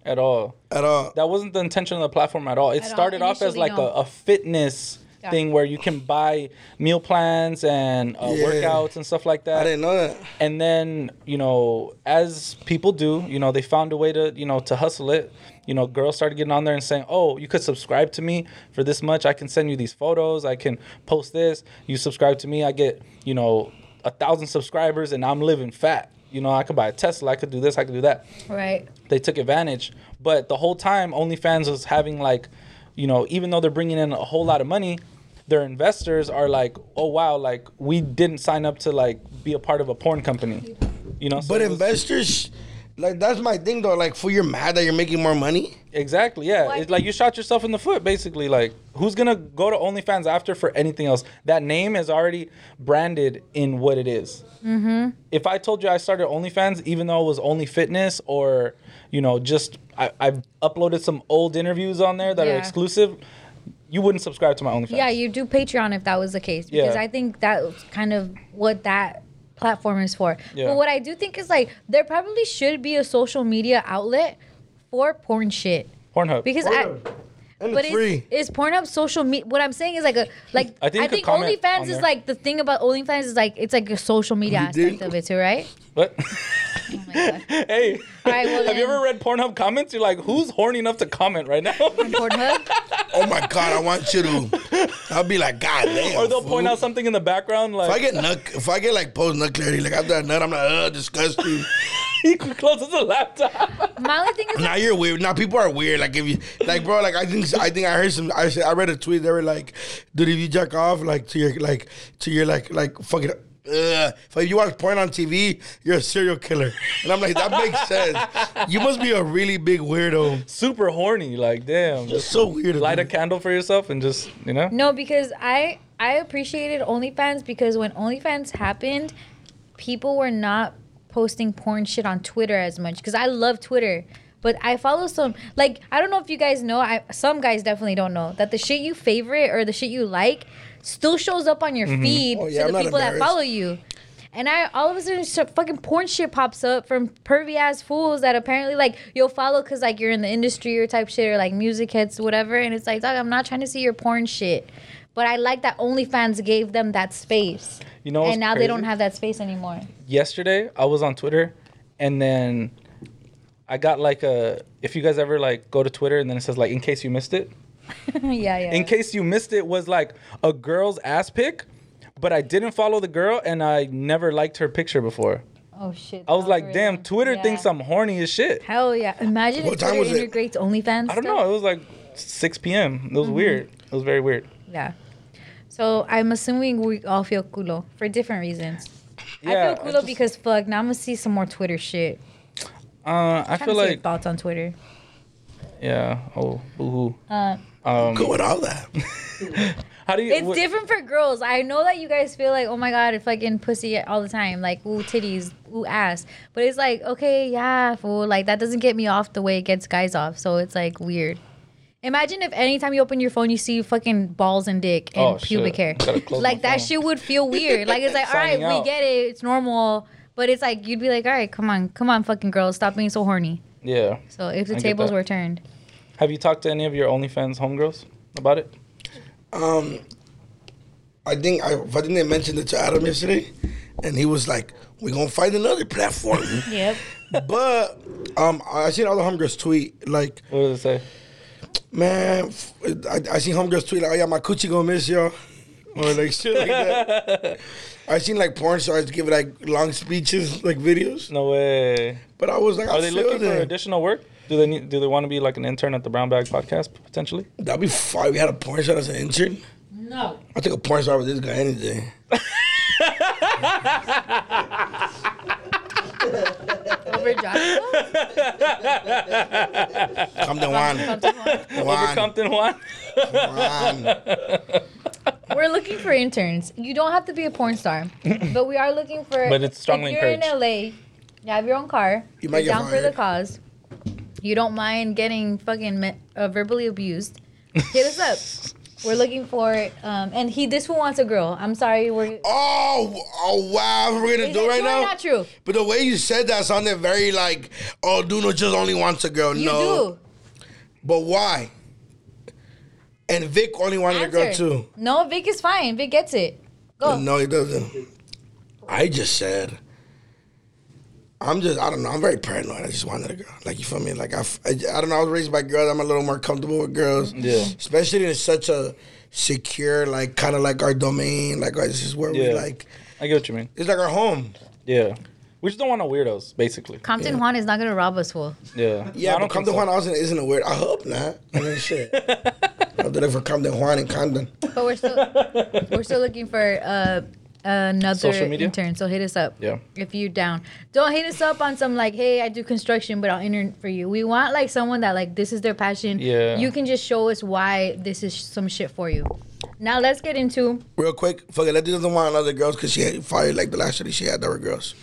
S4: at all.
S1: at all.
S4: That wasn't the intention of the platform at all. It
S2: At all.
S4: started off as
S2: Initially,
S4: like
S2: no.
S4: a, a fitness
S2: Yeah.
S4: thing where you can buy meal plans and uh,
S1: Yeah.
S4: workouts and stuff like
S1: I
S4: that.
S1: didn't know that.
S4: and then you know as people do you know they found a way to you know to hustle it you know girls started getting on there and saying oh you could subscribe to me for this much i can send you these photos i can post this you subscribe to me i get you know a thousand subscribers and i'm living fat you know i could buy a tesla i could do this i could do that
S2: Right.
S4: they took advantage. But the whole time, OnlyFans was having like, you know, even though they're bringing in a whole lot of money, their investors are like, oh wow, like we didn't sign up to like be a part of a porn company, you know. so
S1: But
S4: it was-
S1: investors, like that's my thing though. Like, for you're mad that you're making more money.
S4: exactly, yeah,
S2: Why-
S4: it's like you shot yourself in the foot, basically. Like, who's gonna go to OnlyFans after for anything else? That name is already branded in what it is.
S2: Mm-hmm.
S4: if I told you I started OnlyFans, even though it was only fitness or, you know, just I, I uploaded some old interviews on there that are
S2: Yeah.
S4: exclusive, you wouldn't subscribe to my OnlyFans.
S2: Yeah, you do Patreon if that was the case because
S4: Yeah.
S2: I think that's kind of what that platform is for.
S4: Yeah.
S2: But what I do think is like there probably should be a social media outlet for porn shit
S4: Pornhub.
S2: because I.
S1: And
S2: But
S1: it's free.
S2: Is, is Pornhub social media? What I'm saying is like a like
S4: I
S2: I
S4: think
S2: think,
S4: you could comment on
S2: OnlyFans is
S4: there.
S2: like the thing about OnlyFans is like it's like a social media aspect
S1: did?
S2: of it too, right?
S4: what?
S2: Oh my god.
S4: hey,
S2: right, well
S4: have you
S2: then-
S4: ever read Pornhub comments? You're like, who's horny enough to comment right now?
S2: On Pornhub.
S1: oh my god, I want you to. I'll be like, God damn.
S4: or they'll
S1: fool.
S4: point out something in the background,
S1: If I
S4: like
S1: get nut, if I get like post nut clarity, like after I nut, I'm like, ugh, disgusting.
S4: he closes the laptop.
S2: My only thing is
S1: now you're weird. Now people are weird. Like if you, like bro, like I think I think I heard some. I said I read a tweet. They were like, dude, if you jack off, like to your like to your like like fucking. Ugh. If you watch porn on TV, you're a serial killer, and I'm like, that makes sense. You must be a really big weirdo.
S4: Super horny, like damn.
S1: It's
S4: Just
S1: so weird.
S4: light a candle for yourself and just you know.
S2: No, because I I appreciated OnlyFans because when OnlyFans happened, people were not posting porn shit on Twitter as much because I love Twitter. But I follow some like I don't know if you guys know. I some guys definitely don't know that the shit you favorite or the shit you like still shows up on your feed
S1: Oh,
S2: to
S1: yeah, I'm
S2: the
S1: not
S2: people that
S1: embarrassed.
S2: follow you. And I all of a sudden so fucking porn shit pops up from pervy ass fools that apparently like you'll follow because like you're in the industry or type shit or like music hits whatever and it's like dog I'm not trying to see your porn shit, but I like that OnlyFans gave them that space
S4: You know. what's
S2: and now they don't
S4: crazy?
S2: have that space anymore.
S4: yesterday I was on Twitter and then I got like a if you guys ever like go to Twitter and then it says like in case you missed it.
S2: yeah, yeah.
S4: In case you missed it was like a girl's ass pic, but I didn't follow the girl and I never liked her picture before.
S2: oh shit.
S4: I was like,
S2: algorithm.
S4: damn, Twitter
S2: Yeah.
S4: thinks I'm horny as shit.
S2: Hell yeah! Imagine
S1: What
S2: if
S1: time
S2: Twitter
S1: was it?
S2: integrates OnlyFans.
S4: I
S2: stuff.
S4: don't know. It was like 6 p.m. It was
S2: Mm-hmm.
S4: weird. It was very weird.
S2: Yeah. So I'm assuming we all feel culo for different reasons.
S4: Yeah,
S2: I feel
S4: I
S2: culo
S4: just-
S2: because fuck. Now I'm gonna see some more Twitter shit.
S4: Uh, I
S2: Trying
S4: feel
S2: to see your
S4: like
S2: thoughts on Twitter.
S4: yeah. Oh, boohoo. Um,
S2: Uh,
S1: Go with all that.
S4: How do you?
S2: it's
S4: what-
S2: different for girls. I know that you guys feel like, oh my god, it's fucking pussy all the time, like ooh titties, ooh ass. But it's like, okay, yeah, fool. Like that doesn't get me off the way it gets guys off. So it's like weird. Imagine if anytime you open your phone, you see fucking balls and dick and
S4: Oh,
S2: pubic
S4: shit.
S2: hair.
S4: Gotta close my
S2: Like that
S4: phone.
S2: shit would feel weird. Like it's like, all right,
S4: Signing
S2: we
S4: out.
S2: get it, it's normal. But it's like you'd be like, all right, come on, come on, fucking girls, stop being so horny.
S4: Yeah.
S2: So if
S4: I
S2: the
S4: get
S2: tables
S4: that.
S2: were turned,
S4: Have you talked to any of your OnlyFans homegirls about it?
S1: Um, I think I, I think they mentioned it to Adam yesterday, and he was like, "We're gonna find another platform."
S2: yep.
S1: but um, I seen all the homegirls tweet like,
S4: What does it say?
S1: "Man, f- I, I seen homegirls tweet like, oh yeah, my coochie gonna miss y'all," or like shit like that. I seen like porn stars give like long speeches, like videos.
S4: No way.
S1: But I was like,
S4: Are
S1: I
S4: they
S1: feel
S4: looking for
S1: them.
S4: additional work? Do they need, do they want to be like an intern at the Brown Bag Podcast potentially?
S1: That'd be fire. We had a porn star as an intern.
S2: No.
S1: I take a porn star with this guy any day.
S2: Over Joshua?
S1: Come to one.
S2: Come on.
S1: One.
S4: Compton Juan.
S1: One.
S2: We're looking for interns. You don't have to be a porn star, but we are looking for.
S4: But it's strongly
S2: if you're in LA, you have your own car.
S1: You
S2: You
S1: might
S2: are
S1: get
S2: down for the
S1: fired.
S2: cause. You don't mind getting fucking me- uh, verbally abused. Hit us up. We're looking for. Um, and he, this one wants a girl. I'm sorry. We're.
S1: Oh, oh wow, we're gonna
S2: Is
S1: do
S2: it
S1: it right
S2: true or
S1: now.
S2: not true?
S1: But the way you said that sounded very like, oh, Duno just only wants a girl.
S2: You
S1: no,
S2: do.
S1: but why? And Vic only wanted a girl
S2: Answer.
S1: too.
S2: No, Vic is fine. Vic gets it. Go.
S1: No, he doesn't. I just said. I'm just, I don't know. I'm very paranoid. I just wanted a girl. Like, you feel me? Like, I, f- I j- I don't know. I was raised by girls. I'm a little more comfortable with girls.
S4: Yeah.
S1: Especially in such a secure, like, kind of like our domain. Like, our- this is where we,
S4: Yeah.
S1: like,
S4: I get what you mean.
S1: it's like our home.
S4: Yeah. We just don't want no weirdos, basically.
S2: Compton Juan is not gonna rob us, fool.
S4: Yeah.
S1: Yeah,
S4: I
S1: but
S4: don't
S1: Compton Juan Austin isn't a weird. I hope not. I mean, shit. I'll do that for Compton Juan and Condon.
S2: But we're still we're still looking for uh, another
S4: Social media?
S2: intern. So hit us up.
S4: Yeah.
S2: If you down, don't hit us up on some like, hey, I do construction, but I'll intern for you. We want like someone that like this is their passion.
S4: Yeah.
S2: You can just show us why this is some shit for you. Now let's get into
S1: Real quick, fuck it. That dude doesn't want other girls because she had fired, like, the last city she had, there were girls.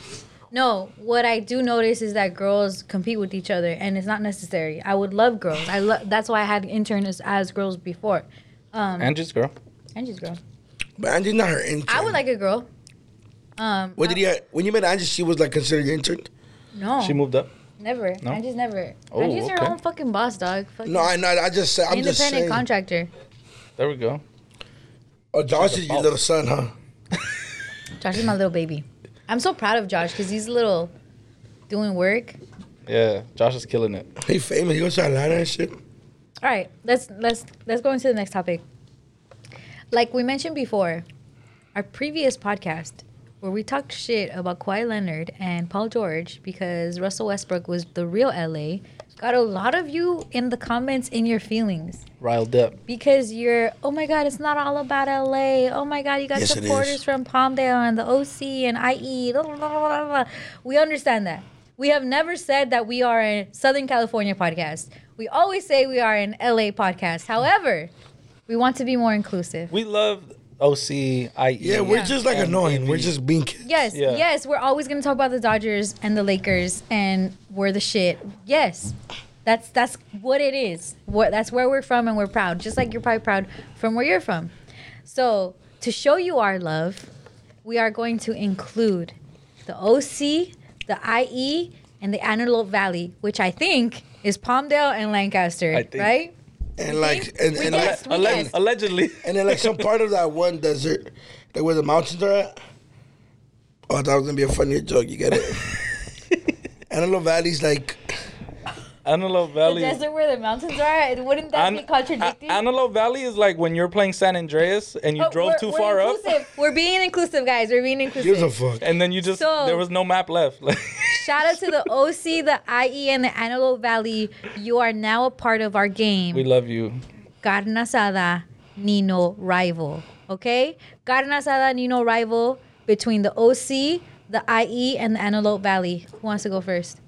S2: no. What I do notice is that girls compete with each other, and it's not necessary. I would love girls. I love. That's why I had interns as, as girls before. Um,
S4: Angie's girl.
S2: Angie's girl.
S1: But Angie's not her intern.
S2: I would like a girl. Um.
S1: What did he? When you met Angie, she was like considered your intern.
S2: No.
S4: She moved up.
S2: Never.
S4: No?
S2: Angie's never.
S4: Oh,
S2: Angie's her
S4: okay.
S2: own fucking boss, dog. Fucking
S1: No, I know. I just said. I'm just
S2: independent
S1: saying.
S2: contractor.
S4: There we go.
S1: oh, Josh is your little son, huh?
S2: Josh is my little baby. I'm so proud of Josh because he's little doing work.
S4: Yeah. Josh is killing it.
S1: He famous. He goes to Atlanta and shit.
S2: All right, let's let's let's go into the next topic. Like we mentioned before, our previous podcast where we talked shit about Kawhi Leonard and Paul George because Russell Westbrook was the real LA got a lot of you in the comments in your feelings.
S4: Riled up.
S2: because you're oh my god it's not all about la oh my god you got
S1: Yes, it is.
S2: supporters from palmdale and the oc and ie blah, blah, blah, blah, blah. we understand that we have never said that we are a southern california podcast we always say we are an la podcast however we want to be more inclusive
S4: We love OC, IE.
S1: Yeah, we're just like
S4: And
S1: annoying.
S4: AV.
S1: We're just being kids.
S2: yes
S4: Yeah.
S2: yes we're always going to talk about the dodgers and the lakers and we're the shit yes that's that's what it is what that's where we're from and we're proud just like you're probably proud from where you're from so to show you our love we are going to include the oc the ie and the antelope valley which i think is palmdale and lancaster
S4: I think.
S2: right
S1: And like, and
S2: We
S1: and
S2: did.
S1: like,
S2: Yes, we
S4: Alleg-
S2: did.
S4: allegedly.
S1: and then like some part of that one desert, like where the mountains are at. Oh, that was gonna be a funnier joke. You get it? Antelope Valley's like
S4: Antelope
S2: the
S4: Valley.
S2: desert where the mountains are wouldn't that be
S4: An-
S2: contradicting
S4: A- Antelope Valley is like when you're playing San Andreas and you
S2: But
S4: drove
S2: we're-
S4: too
S2: we're
S4: far up,
S2: inclusive. we're being inclusive guys we're being inclusive
S1: gives a fuck.
S4: and then you just
S2: So-
S4: there was no map left. Like,
S2: Shout out to the OC, the IE, and the Antelope Valley. You are now a part of our game.
S4: we love you.
S2: Carne asada, Nino rival. Okay? Carne asada, Nino rival between the OC, the IE, and the Antelope Valley. Who wants to go first?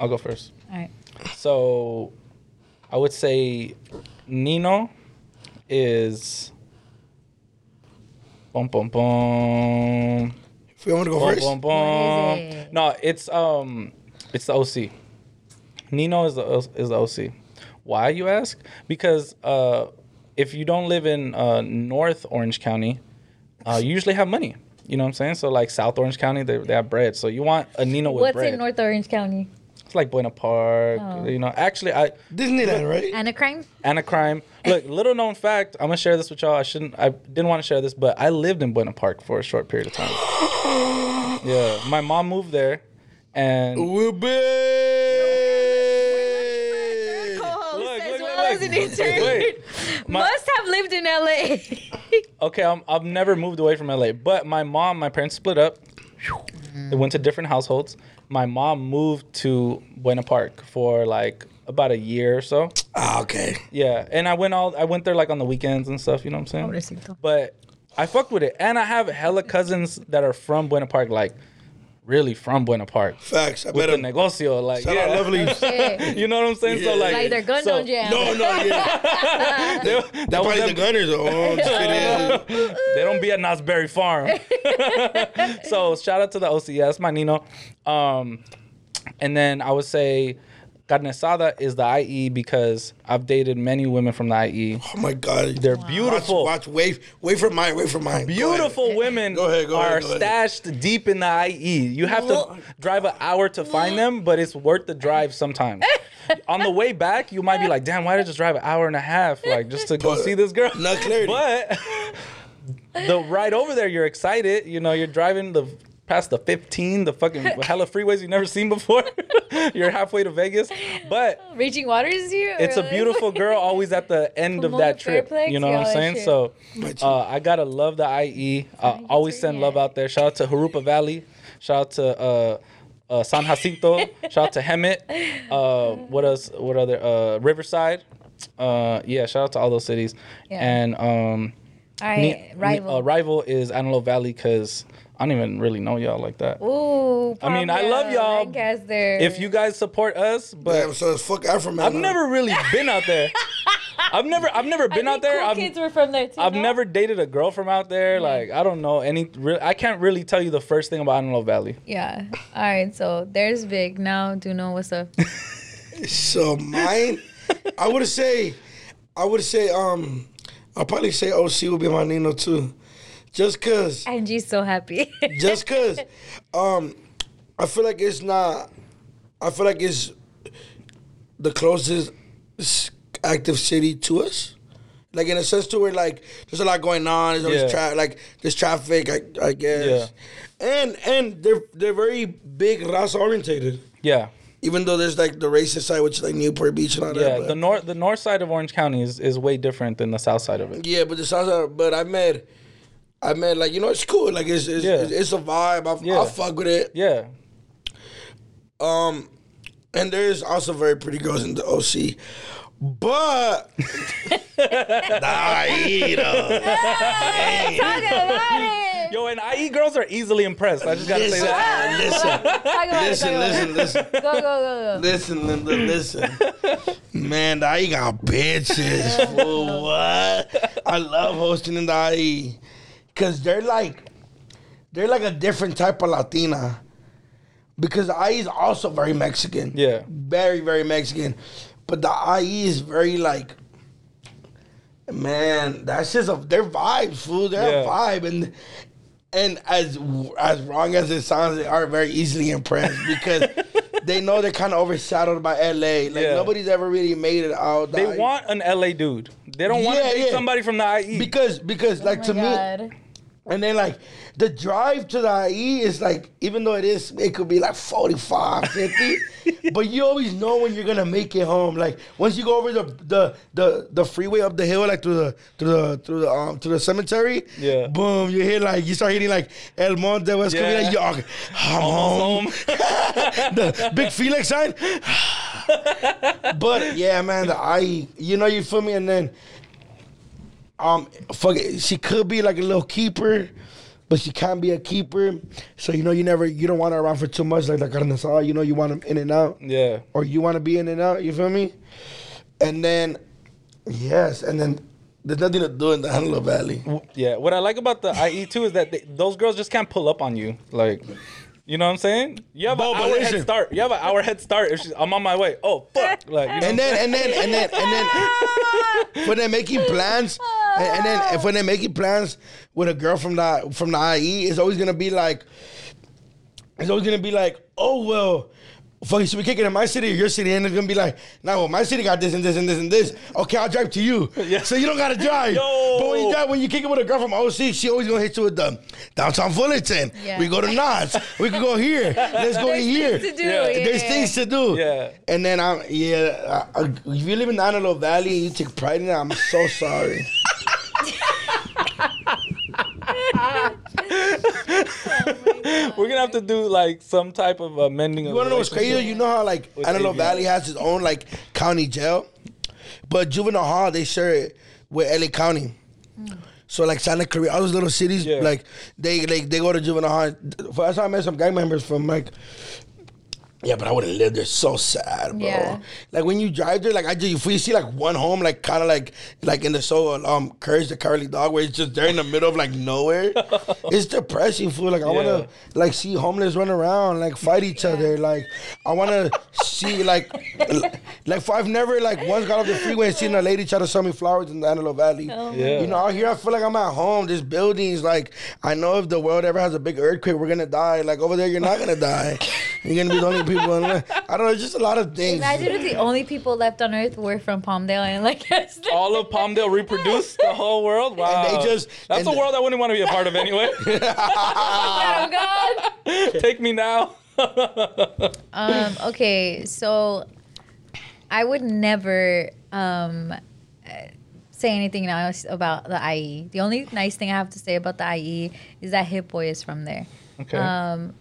S4: I'll go first.
S2: All right.
S4: So, I would say Nino is. Boom, boom, boom.
S1: If you want to go
S4: Boom,
S1: first,
S4: boom, boom.
S2: What is it?
S4: No, it's um, it's the OC. Nino is the O- is the OC. Why you ask? Because uh, if you don't live in uh, North Orange County, uh, you usually have money. You know what I'm saying? So like South Orange County, they, they have bread. So you want a Nino with
S2: What's
S4: bread.
S2: in North Orange County?
S4: it's like Buena Park.
S2: Oh.
S4: You know, actually, I
S1: Disneyland, right?
S2: Anacrime?
S4: Anacrime. Look, little known fact. I'm gonna share this with y'all. I shouldn't. I didn't want to share this, but I lived in Buena Park for a short period of time. yeah, my mom moved there, and
S1: We'll be.
S4: Look,
S2: as
S4: look,
S2: well as
S4: look,
S2: an
S4: look.
S2: intern.
S4: Wait, my-
S2: Must have lived in LA.
S4: okay, I'm, I've never moved away from LA, but my mom, my parents split up. They went to different households. My mom moved to Buena Park for like about a year or so.
S1: Ah, okay.
S4: Yeah, and I went all I went there like on the weekends and stuff. You know what
S2: Oh,
S4: I'm saying?
S2: Pobrecito.
S4: But I fucked with it, and I have hella cousins that are from Buena Park, like really from Buena Park.
S1: Facts. I bet
S4: With the
S1: him.
S4: negocio, like
S1: Shout out
S4: yeah.
S1: Lovely.
S2: Yeah.
S4: you know what I'm saying? So
S1: Yeah.
S4: like,
S2: like they're gun
S4: so-
S2: on jam.
S1: No, no, yeah.
S4: They, that was
S1: Probably
S4: them-
S1: the Gunners. Oh, just kidding.
S4: they don't be at Knott's Farm. so shout out to the OCS, my Nino. Um, and then I would say carne asada is the IE because I've dated many women from the E. IE.
S1: Oh my God.
S4: They're beautiful.
S1: Watch, watch, wait, wait for mine, wait for mine. Go ahead.
S4: Beautiful women
S1: Go ahead, go
S4: are
S1: ahead, go ahead.
S4: stashed deep in the IE. You have to drive an hour to find them, but it's worth the drive sometimes. On the way back, you might be like, "Damn, why did I just drive an hour and a half, like just to go
S1: But-
S4: see this girl?"
S1: not clarity.
S4: But the ride over there, you're excited. You know, you're driving the past the 15, the fucking hella freeways you've never seen before. you're halfway to Vegas, but
S2: Reaching waters is here.
S4: it's a
S2: Really?
S4: beautiful girl always at the end of
S2: Pomona
S4: that trip.
S2: Fairplex?
S4: You know what
S2: Yeah,
S4: I'm saying?
S2: shit.
S4: So
S1: Right.
S4: uh, I gotta love the IE. Uh, always send love out there. Shout out to Harupa Valley. Shout out to uh, uh, San Jacinto. Shout out to Hemet. Uh, what else? What other? Uh, Riverside. Uh, yeah. Shout out to all those cities.
S2: Yeah.
S4: And um,
S2: All
S4: ne-
S2: right,
S4: ne-
S2: rival.
S4: uh, rival is Antelope Valley because I don't even really know y'all like that.
S2: Ooh,
S4: I mean, I
S2: Palmyra,
S4: love y'all.
S2: Lancaster.
S4: If you guys support us, but
S1: Damn, so it's fuck Afro Man.
S4: I've
S1: huh?
S4: never really been out there. I've never I've never been
S2: I
S4: out
S2: think
S4: there.
S2: Cool
S4: I've,
S2: kids were from there too.
S4: I've
S2: no?
S4: never dated a girl from out there. Like I don't know any. Re- I can't really tell you the first thing about Antelope Valley.
S2: Yeah. All right. So there's Vic. Now do know what's up.
S1: So mine, I would say, I would say, um, I'll probably say OC would be my Nino too, just cause,
S2: Angie's so happy.
S1: just cause, um, I feel like it's not, I feel like it's the closest s- active city to us. Like in a sense to where like there's a lot going on, there's always
S4: Yeah.
S1: tra- like there's traffic, I, I guess, and and they're they're very big race orientated.
S4: Yeah,
S1: Even though there's like the racist side, which is like Newport Beach and all that.
S4: yeah.
S1: but-
S4: The north the north side of Orange County is, is way different than the south side of it.
S1: Yeah, but the salsa. But I met, I met like you know it's cool. Like it's it's,
S4: Yeah.
S1: it's, it's a vibe. I,
S4: Yeah.
S1: I fuck with it.
S4: Yeah,
S1: Um, and there's also very pretty girls in the OC, but Naida.
S2: Talk about it.
S4: yo, and IE girls are easily impressed. I just gotta say
S1: Listen,
S4: that.
S1: listen,
S2: Talk about it.
S1: listen,
S2: Talk about it.
S1: listen, listen,
S2: Go go go go.
S1: listen, Linda, listen. Man, the IE got bitches. Fool, what? I love hosting in the IE. Cause they're like, they're like a different type of Latina. Because the IE is also very Mexican.
S4: Yeah.
S1: Very, very Mexican. But the IE is very like, man, that's just a their vibe, fool. They're
S4: Yeah.
S1: a vibe. And and as as wrong as it sounds, they are very easily impressed because they know they're kind of overshadowed by LA. Like
S4: Yeah.
S1: nobody's ever really made it out.
S4: They
S1: the-
S4: want an LA dude. They don't want to
S1: Yeah,
S4: date
S1: yeah.
S4: somebody from the E. IE.
S1: because because like
S2: Oh
S1: to
S2: my
S1: me,
S2: God.
S1: and then like the drive to the IE is like even though it is it could be like 45, 50, but you always know when you're gonna make it home. Like once you go over the the the, the freeway up the hill, like through the through the through the um to the cemetery,
S4: Yeah.
S1: boom, you hit like you start hitting like El Monte, West yeah.
S4: Yeah.
S1: Covina, you okay, I'm home.
S4: Home.
S1: the big Felix sign. but yeah, man, the I E, you know you feel me, and then um fuck it, she could be like a little keeper, but she can't be a keeper. So you know you never you don't want her around for too much like the carne asada. You know you want them in and out,
S4: yeah,
S1: or you want to be in and out. You feel me? And then yes, and then there's nothing to do in the Antelope Valley.
S4: yeah. What I like about the IE too is that they, those girls just can't pull up on you. Like, you know what I'm saying? You have
S1: No,
S4: an
S1: but
S4: hour
S1: listen.
S4: head start. You have an hour head start. If she's, I'm on my way. Oh fuck! Like, you know,
S1: And then and then and then and then when they're making plans and, and then if when they're making plans with a girl from the from the IE, it's always gonna be like it's always gonna be like, oh well, fuck, should we kick it in my city or your city? And it's gonna be like, nah, well, my city got this and this and this and this. Okay, I'll drive to you.
S4: Yeah.
S1: So you don't gotta drive.
S4: Yo.
S1: But when you drive, when you kick it with a girl from OC, she always gonna hit you with the downtown Fullerton.
S2: Yeah.
S1: We go to Knott's. we could go here. Let's go
S2: There's
S1: here.
S2: things to do.
S4: Yeah.
S2: Yeah.
S1: There's things to do.
S4: Yeah.
S1: And then I'm yeah. I, I, if you live in the Antelope Valley and you take pride in it, I'm so sorry.
S4: we're gonna have to do like some type of uh, mending.
S1: You wanna know what's crazy? You know how like Antelope
S4: AVI.
S1: Valley has its own like county jail, but juvenile hall they share it with LA County. So like Santa Clarita, all those little cities,
S4: Yeah.
S1: like they like they go to juvenile hall. That's how I met some gang members from like. Yeah, but I wouldn't live there. So sad, bro.
S2: Yeah.
S1: Like when you drive there, like I just if we see like one home, like kind of like like in the soul, um, Courage the Cowardly Dog, where it's just there in the middle of like nowhere. it's depressing, fool. Like I
S4: Yeah.
S1: wanna like see homeless run around, like fight each other. Like I wanna see like l- like if I've never like once got off the freeway and seen a lady try to sell me flowers in the Antelope Valley.
S4: Yeah.
S1: You know, out here I feel like I'm at home. This building's like I know if the world ever has a big earthquake, we're gonna die. Like over there, you're not gonna die. You're gonna be the only people. On I don't know. It's just a lot of things.
S2: Imagine if the only people left on Earth were from Palmdale and like
S4: All of Palmdale reproduced the whole world. Wow,
S1: they just-
S4: that's
S1: and
S4: a
S1: the-
S4: world I wouldn't want to be a part of anyway.
S2: Oh God.
S4: Take me now.
S2: Um, okay, so I would never um, eh, say anything nice about the IE. The only nice thing I have to say about the IE is that Hip Boy is from there.
S4: Okay.
S2: Um,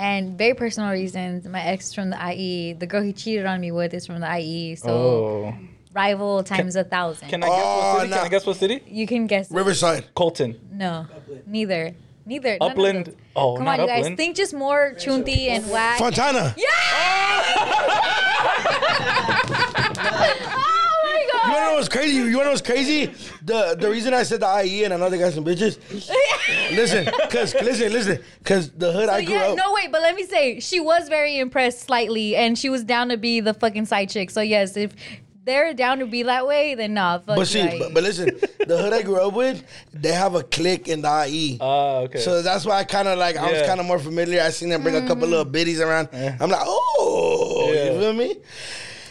S2: and very personal reasons. My ex from the IE, the girl he cheated on me with is from the IE. So
S4: oh.
S2: rival times a thousand.
S4: Can I guess what
S1: Oh,
S4: city?
S1: nah.
S4: Can I guess what city?
S2: you can guess.
S1: Riverside.
S4: Colton.
S2: No, neither. Neither. None of
S4: Upland.
S2: those.
S4: Oh,
S2: Come
S4: not
S2: on, you guys.
S4: Upland.
S2: Think just more chunty and whack.
S1: Fontana.
S2: Oh my god.
S1: You wanna know what's crazy? You wanna know what's crazy? The the reason I said the IE and I know they got some bitches. listen, cause listen, listen, cause the hood I
S2: But
S1: grew
S2: yeah,
S1: up.
S2: no, wait, but let me say, she was very impressed slightly, and she was down to be the fucking side chick. So, yes, if they're down to be that way, then nah, fuck
S1: but see,
S2: right.
S1: but, but listen, the hood I grew up with, they have a clique in the IE.
S4: Ah, okay.
S1: So that's why I kind of like I was
S4: Yeah.
S1: kind of more familiar. I seen them bring a couple
S2: Mm.
S1: little biddies around. I'm like, oh,
S4: Yeah.
S1: you feel me?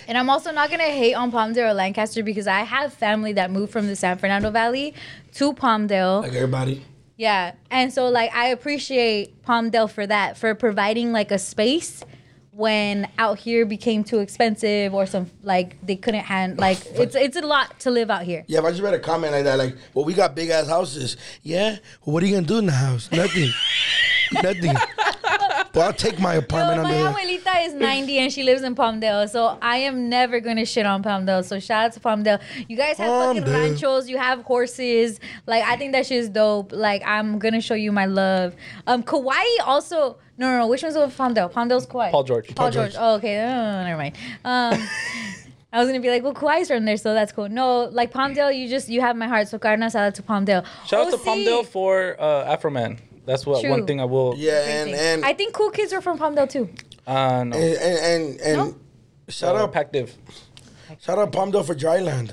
S2: And I'm also not gonna hate on Palmdale or Lancaster because I have family that moved from the San Fernando Valley to Palmdale.
S1: Like everybody.
S2: Yeah. And so like I appreciate Palmdale for that, for providing like a space when out here became too expensive or some like they couldn't hand like it's it's a lot to live out here.
S1: Yeah, but you better comment like that. Like, well, we got big ass houses. Yeah. Well, what are you gonna do in the house? Nothing. Nothing. Well, I'll take my apartment
S2: No,
S1: under
S2: my
S1: there.
S2: abuelita is 90 and she lives in Palmdale, so I am never gonna shit on Palmdale. So shout out to Palmdale. You guys have fucking
S1: Palmdale.
S2: ranchos, you have horses. Like I think that shit is dope. Like I'm gonna show you my love. Um, Kauai also. No, no, no. Which one's over Palmdale? Palmdale's Kauai.
S4: Paul George.
S2: Paul George. Oh, okay. Oh, never mind. Um, I was gonna be like, well, Kauai's from there, so that's cool. No, like Palmdale, you just you have my heart. So carne asada to Palmdale.
S4: Shout out to
S2: OC.
S4: Palmdale for uh, Afro Man. That's what
S2: Oh, True.
S4: one thing I will.
S1: Yeah, and
S2: Everything.
S1: and
S2: I think cool kids are from Palmdale too.
S4: Uh,
S1: and
S4: no.
S1: and, and, and
S2: No?
S1: Eh, shout
S4: Uh,
S1: out
S4: Pactiv.
S1: shout out Palmdale for Dryland.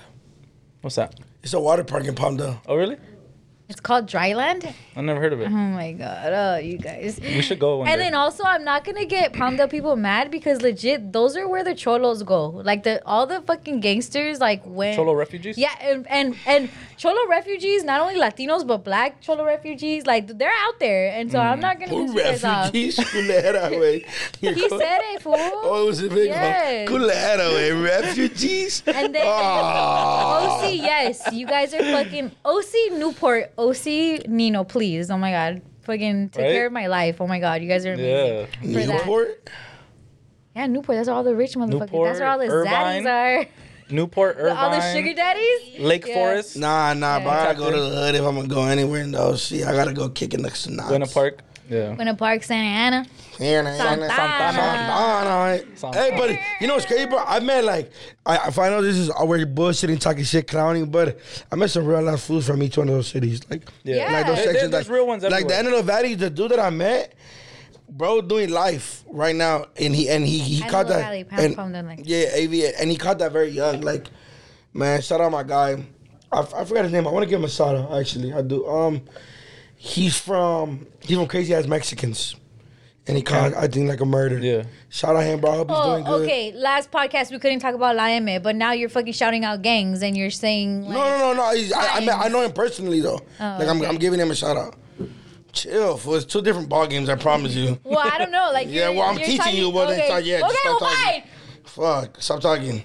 S4: What's that?
S1: It's a water park in Palmdale.
S4: Oh, really?
S2: It's called Dryland.
S4: I never heard of it.
S2: Oh my god, oh you guys.
S4: We should go one
S2: And
S4: day.
S2: then also I'm not gonna get Palmdale people mad because legit those are where the cholos go. Like the all the fucking gangsters like when
S4: Cholo refugees?
S2: Yeah, and and, and cholo refugees, not only Latinos but black cholo refugees, like they're out there. And so
S4: Mm.
S2: I'm not gonna piss you guys off. He
S1: Refugees, culera, güey.
S2: uh, said it, fool.
S1: Oh, it was a big
S2: Yes.
S1: one. Culera, güey. Refugees.
S2: And then
S1: Ah.
S2: OC, yes, you guys are fucking OC Newport, OC Nino, please. Oh my god. Fucking take
S4: Right?
S2: care of my life. Oh my god, you guys are amazing.
S4: Yeah.
S2: for that.
S1: Newport.
S2: Yeah, Newport. That's where all the rich motherfuckers. that's where all the
S4: Newport,
S2: zaddies
S4: Irvine,
S2: are.
S4: Newport, Irvine,
S2: all the sugar daddies.
S4: Lake
S2: Yeah.
S4: Forest,
S1: Nah, nah, but I gotta
S4: Tapped
S1: go
S4: in.
S1: to the hood if I'm gonna go anywhere in the OC. I gotta go kick in the snot.
S4: Buena Park. Yeah.
S2: Winter Park, Santa Ana. Santana.
S1: Santana.
S4: Santana.
S1: Hey, buddy, you know what's crazy, bro? I met like, I, if I know this is all we're bullshitting, talking shit, clowning, but I met some real ass fools from each one of those cities. Like,
S4: Yeah.
S1: like those
S2: There-
S1: sections,
S4: there's
S1: like,
S4: real ones
S1: like the
S4: everywhere.
S1: Antelope Valley, the dude that I met, bro, doing life right now, and he and he he caught
S2: Antelope
S1: that,
S2: Valley, Palm-
S1: and,
S2: Palm Desert.
S1: yeah, AV, and he caught that very young. Like, man, shout out my guy. I, f- I forgot his name. I want to give him a shout out. Actually, I do. Um, he's from he's from crazy ass Mexicans, and he caught I think like a murder.
S4: Yeah.
S1: Shout out him, bro. I hope he's doing
S2: Oh,
S1: good.
S2: okay. Last podcast we couldn't talk about La M, but now you're fucking shouting out gangs and you're saying like,
S1: No, no, no, no. He's, I, I, mean,
S2: Nice.
S1: I know him personally though.
S2: Oh,
S1: like I'm, I'm giving him a shout out. Chill, fool. It's two different ball games. I promise you.
S2: Well, I don't know. Like,
S1: Yeah,
S2: you're-
S1: well, I'm
S2: you're
S1: teaching
S2: talking-
S1: you, but
S2: okay.
S1: it's like, yeah,
S2: okay,
S1: just
S2: well,
S1: stop talking.
S2: fine.
S1: Fuck. Stop talking.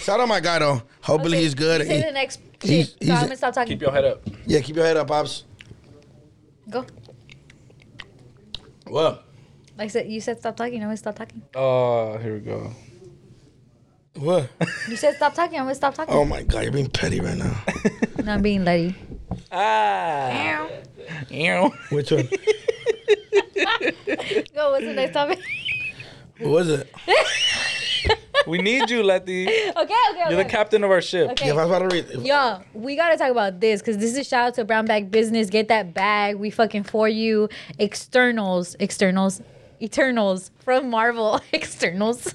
S1: Shout out my guy though. Hopefully
S2: Okay,
S1: he's good.
S2: you Say
S1: He-
S2: the next.
S1: he's-
S2: shit, so
S1: he's-
S2: I'm gonna stop talking.
S4: Keep your head up.
S1: yeah, keep your head up, pops.
S2: Go.
S1: What?
S2: Like I said, you said stop talking. I'm gonna stop talking.
S4: Oh, here we go.
S1: What?
S2: You said stop talking. I'm gonna stop talking.
S1: Oh my god, you're being petty right now.
S2: No, I'm being Letty.
S4: Ah. Ew.
S1: Which one?
S2: Go. What's the next topic?
S1: what was it?
S4: we need you, Letty.
S2: okay. Okay.
S4: You're the
S2: okay.
S4: captain of our ship.
S2: Okay.
S1: Yeah, if I was about to read. If,
S2: Yo, we gotta talk about this because this is a shout out to Brown Bag Business. Get that bag. We fucking for you. Externals, externals, eternals from Marvel. Externals,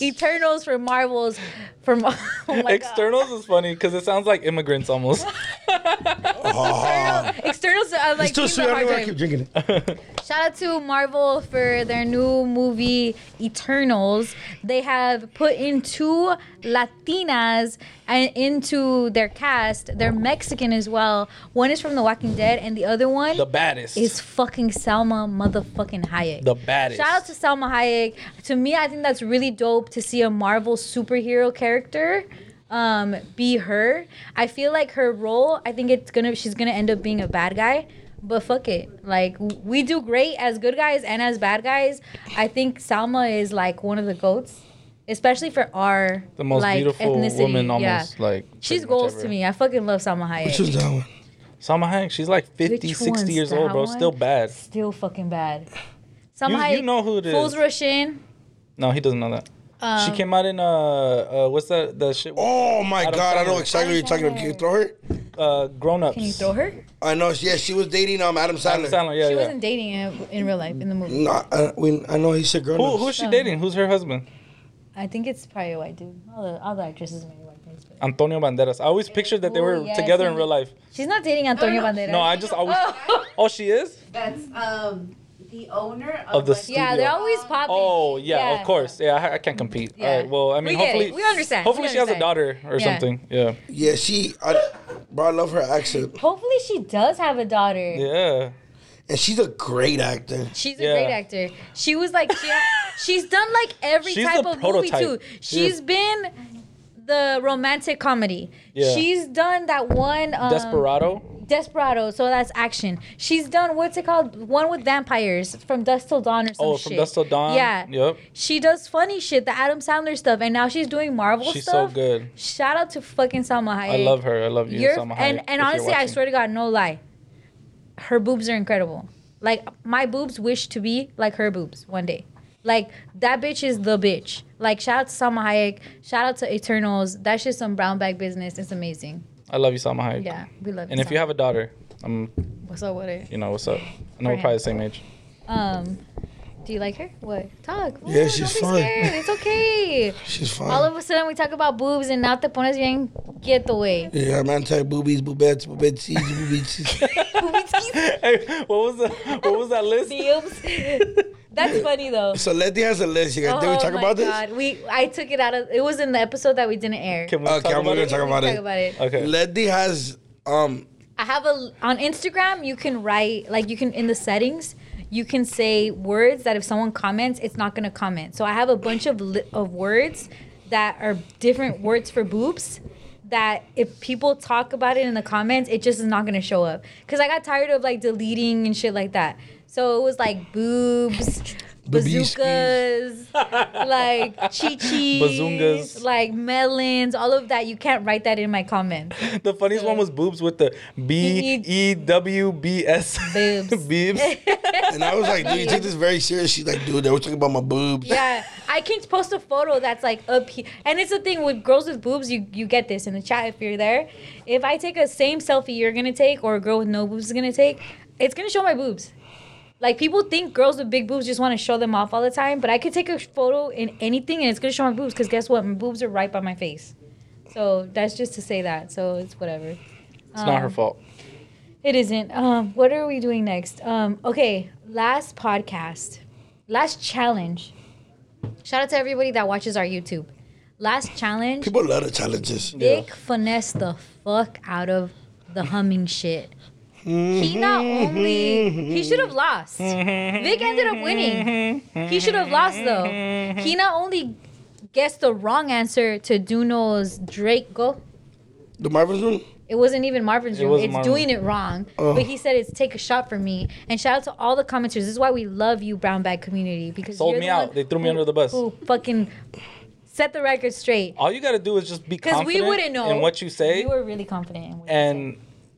S2: eternals from Marvels. From oh my God.
S4: Externals is funny because it sounds like immigrants almost.
S1: Ah,
S2: Oh, Externals, I'm like,
S1: it's too sweet.
S2: giving a
S1: I don't know
S2: hard
S1: why I
S2: time.
S1: keep drinking it.
S2: Shout out to Marvel for their new movie Eternals. They have put in two Latinas and into their cast. They're Mexican as well. One is from The Walking Dead, and the other one
S4: the baddest.
S2: is fucking Selma motherfucking Hayek.
S4: the baddest.
S2: Shout out to Selma Hayek. To me, I think that's really dope to see a Marvel superhero character um, be her. I feel like her role, I think it's gonna she's gonna end up being a bad guy. But fuck it. Like w- we do great as good guys and as bad guys. I think Salma is like one of the goats. Especially for our
S4: the most
S2: like,
S4: beautiful
S2: ethnicity.
S4: woman
S2: Yeah.
S4: almost like
S2: She's
S4: pretty much
S2: goals to
S4: ever.
S2: me. I fucking love Salma
S1: Which was
S2: Hayek.
S1: that one?
S4: Salma Hayek, she's like 50,
S2: Which
S4: 60
S2: one's
S4: years old,
S2: that
S4: bro.
S2: one?
S4: Still bad.
S2: Still fucking bad. Salma
S4: You,
S2: Hayek
S4: you know who it is.
S2: fools Russian.
S4: no, he doesn't know that.
S2: Um,
S4: she came out in uh, uh what's that the shit
S1: Oh my
S4: Adam
S1: god! I know
S4: Sandler.
S1: exactly what you're talking about. Can you throw her?
S4: uh grown ups.
S2: Can you throw her?
S1: I know. Yeah, she was dating um Adam Sandler.
S4: Sandler, yeah,
S2: she
S4: yeah.
S2: wasn't dating him in real life in the movie.
S1: No, I, we, I know he's a girl.
S4: Who, who's she
S2: Um,
S4: dating? Who's her husband?
S2: I think it's probably a white dude. All the, all the actresses marry white dudes. but-
S4: Antonio Banderas. I always pictured that they
S2: Oh,
S4: were
S2: yes,
S4: together in
S2: and-
S4: real life.
S2: She's not dating Antonio
S5: No, no,
S2: Banderas.
S4: No, I just always.
S2: Oh.
S4: Oh, she is.
S5: That's um the owner
S4: Of
S5: of,
S4: the
S5: like,
S4: studio.
S2: yeah, they're always popping.
S4: Oh yeah, of course. Yeah, I, I can't compete. All
S2: Yeah.
S4: right. Well, I
S2: We
S4: mean,
S2: get it.
S4: hopefully
S2: We understand.
S4: Hopefully
S2: We
S4: she has a
S2: understand.
S4: daughter or
S2: Yeah.
S4: something. Yeah.
S1: Yeah, she. I, bro, I love her accent,
S2: Hopefully she does have a daughter.
S4: Yeah.
S1: and she's a great actor.
S2: She's a
S4: Yeah.
S2: great actor. She was like she, she's done like every
S4: She's
S2: type
S4: the
S2: of movie
S4: prototype.
S2: too. She's been the romantic comedy.
S4: Yeah.
S2: She's done that one um,
S4: Desperado.
S2: Desperado, so that's action. She's done what's it called? One with vampires from Dust Till Dawn or some
S4: Oh,
S2: shit.
S4: from Dust Till Dawn.
S2: Yeah.
S4: Yep.
S2: She does funny shit, the Adam Sandler stuff, and now she's doing Marvel
S4: She's so
S2: stuff.
S4: good.
S2: Shout out to fucking Salma Hayek.
S4: I love her. I love you,
S2: You're,
S4: Salma
S2: and
S4: Hayek, if
S2: and
S4: you're
S2: honestly, I
S4: watching.
S2: swear to God, no lie, her boobs are incredible. Like my boobs wish to be like her boobs one day. Like that bitch is the bitch. Like shout out to Salma Hayek. Shout out to Eternals. That's just some brown bag business. It's amazing.
S4: I love you, Salma Hayek.
S2: Yeah, we love.
S4: And if you have a daughter, I'm,
S2: Salma. what's up with it?
S4: you know, what's up? I know we're
S2: Right.
S4: probably the same age.
S2: Um, do you like her? What? Talk.
S1: Yeah,
S2: Ooh,
S1: she's
S2: don't
S1: fine.
S2: be Scared. It's okay.
S1: She's fine.
S2: All of a sudden, we talk about boobs and now te pones bien. Get the way.
S1: yeah, I'm anti boobies, boobettes, boobettes, boobies.
S4: hey, what was the, what was that list?
S2: Boobs. That's funny though.
S1: so Letty has a list. You guys, did we talk
S2: Oh my
S1: about
S2: God. We I took it out of. It was in the episode that we didn't air.
S4: Can we
S1: this?
S4: talk
S1: Okay, I'm
S4: about
S1: gonna
S4: it?
S1: talk about
S2: talk
S1: it.
S2: about it.
S4: Okay.
S1: Letty has um.
S2: I have a on Instagram. You can write like you can in the settings. You can say words that if someone comments, it's not gonna comment. So I have a bunch of li- of words that are different words for boobs. That if people talk about it in the comments, it just is not gonna show up. Cause I got tired of like deleting and shit like that. So it was like boobs,
S1: Boobies.
S2: bazookas, like chi chi,
S4: Bazungas.
S2: like melons, all of that. You can't write that in my comments.
S4: The funniest one was boobs with the B E W B S.
S2: Boobs.
S4: Boobs.
S1: And I was like, dude, you take this very serious. She's like, dude, they were talking about my boobs.
S2: Yeah, I can post a photo that's like up here, and it's the thing with girls with boobs. You you get this in the chat if you're there. If I take a same selfie you're gonna take, or a girl with no boobs is gonna take, it's gonna show my boobs. Like people think girls with big boobs just want to show them off all the time, but I could take a photo in anything and it's gonna show my boobs. Cause guess what, my boobs are right by my face. So that's just to say that. So it's whatever.
S4: It's not her fault.
S2: It isn't. Um, what are we doing next? Um, okay, last podcast, last challenge. Shout out to everybody that watches our YouTube. Last challenge.
S1: People love the challenges.
S2: Vic finessed the fuck out of the humming shit. He not only he should have lost. Vic ended up winning. He should have lost though. He not only guessed the wrong answer to Duno's Drake go.
S1: The Marvin's room.
S2: It wasn't even Marvin's
S4: It
S2: room.
S4: wasn't
S2: It's
S4: Marvin.
S2: doing it wrong.
S1: Oh.
S2: But he said it's take a shot for me. And shout out to all the commenters. This is why we love you, Brown Bag community. Because
S4: Sold
S2: you're
S4: me
S2: the
S4: out.
S2: one
S4: They threw me under the bus.
S2: Who fucking set the record straight?
S4: All you gotta do is just be
S2: Because
S4: confident
S2: we wouldn't know.
S4: in what you say,
S2: We were really confident. In what we
S4: and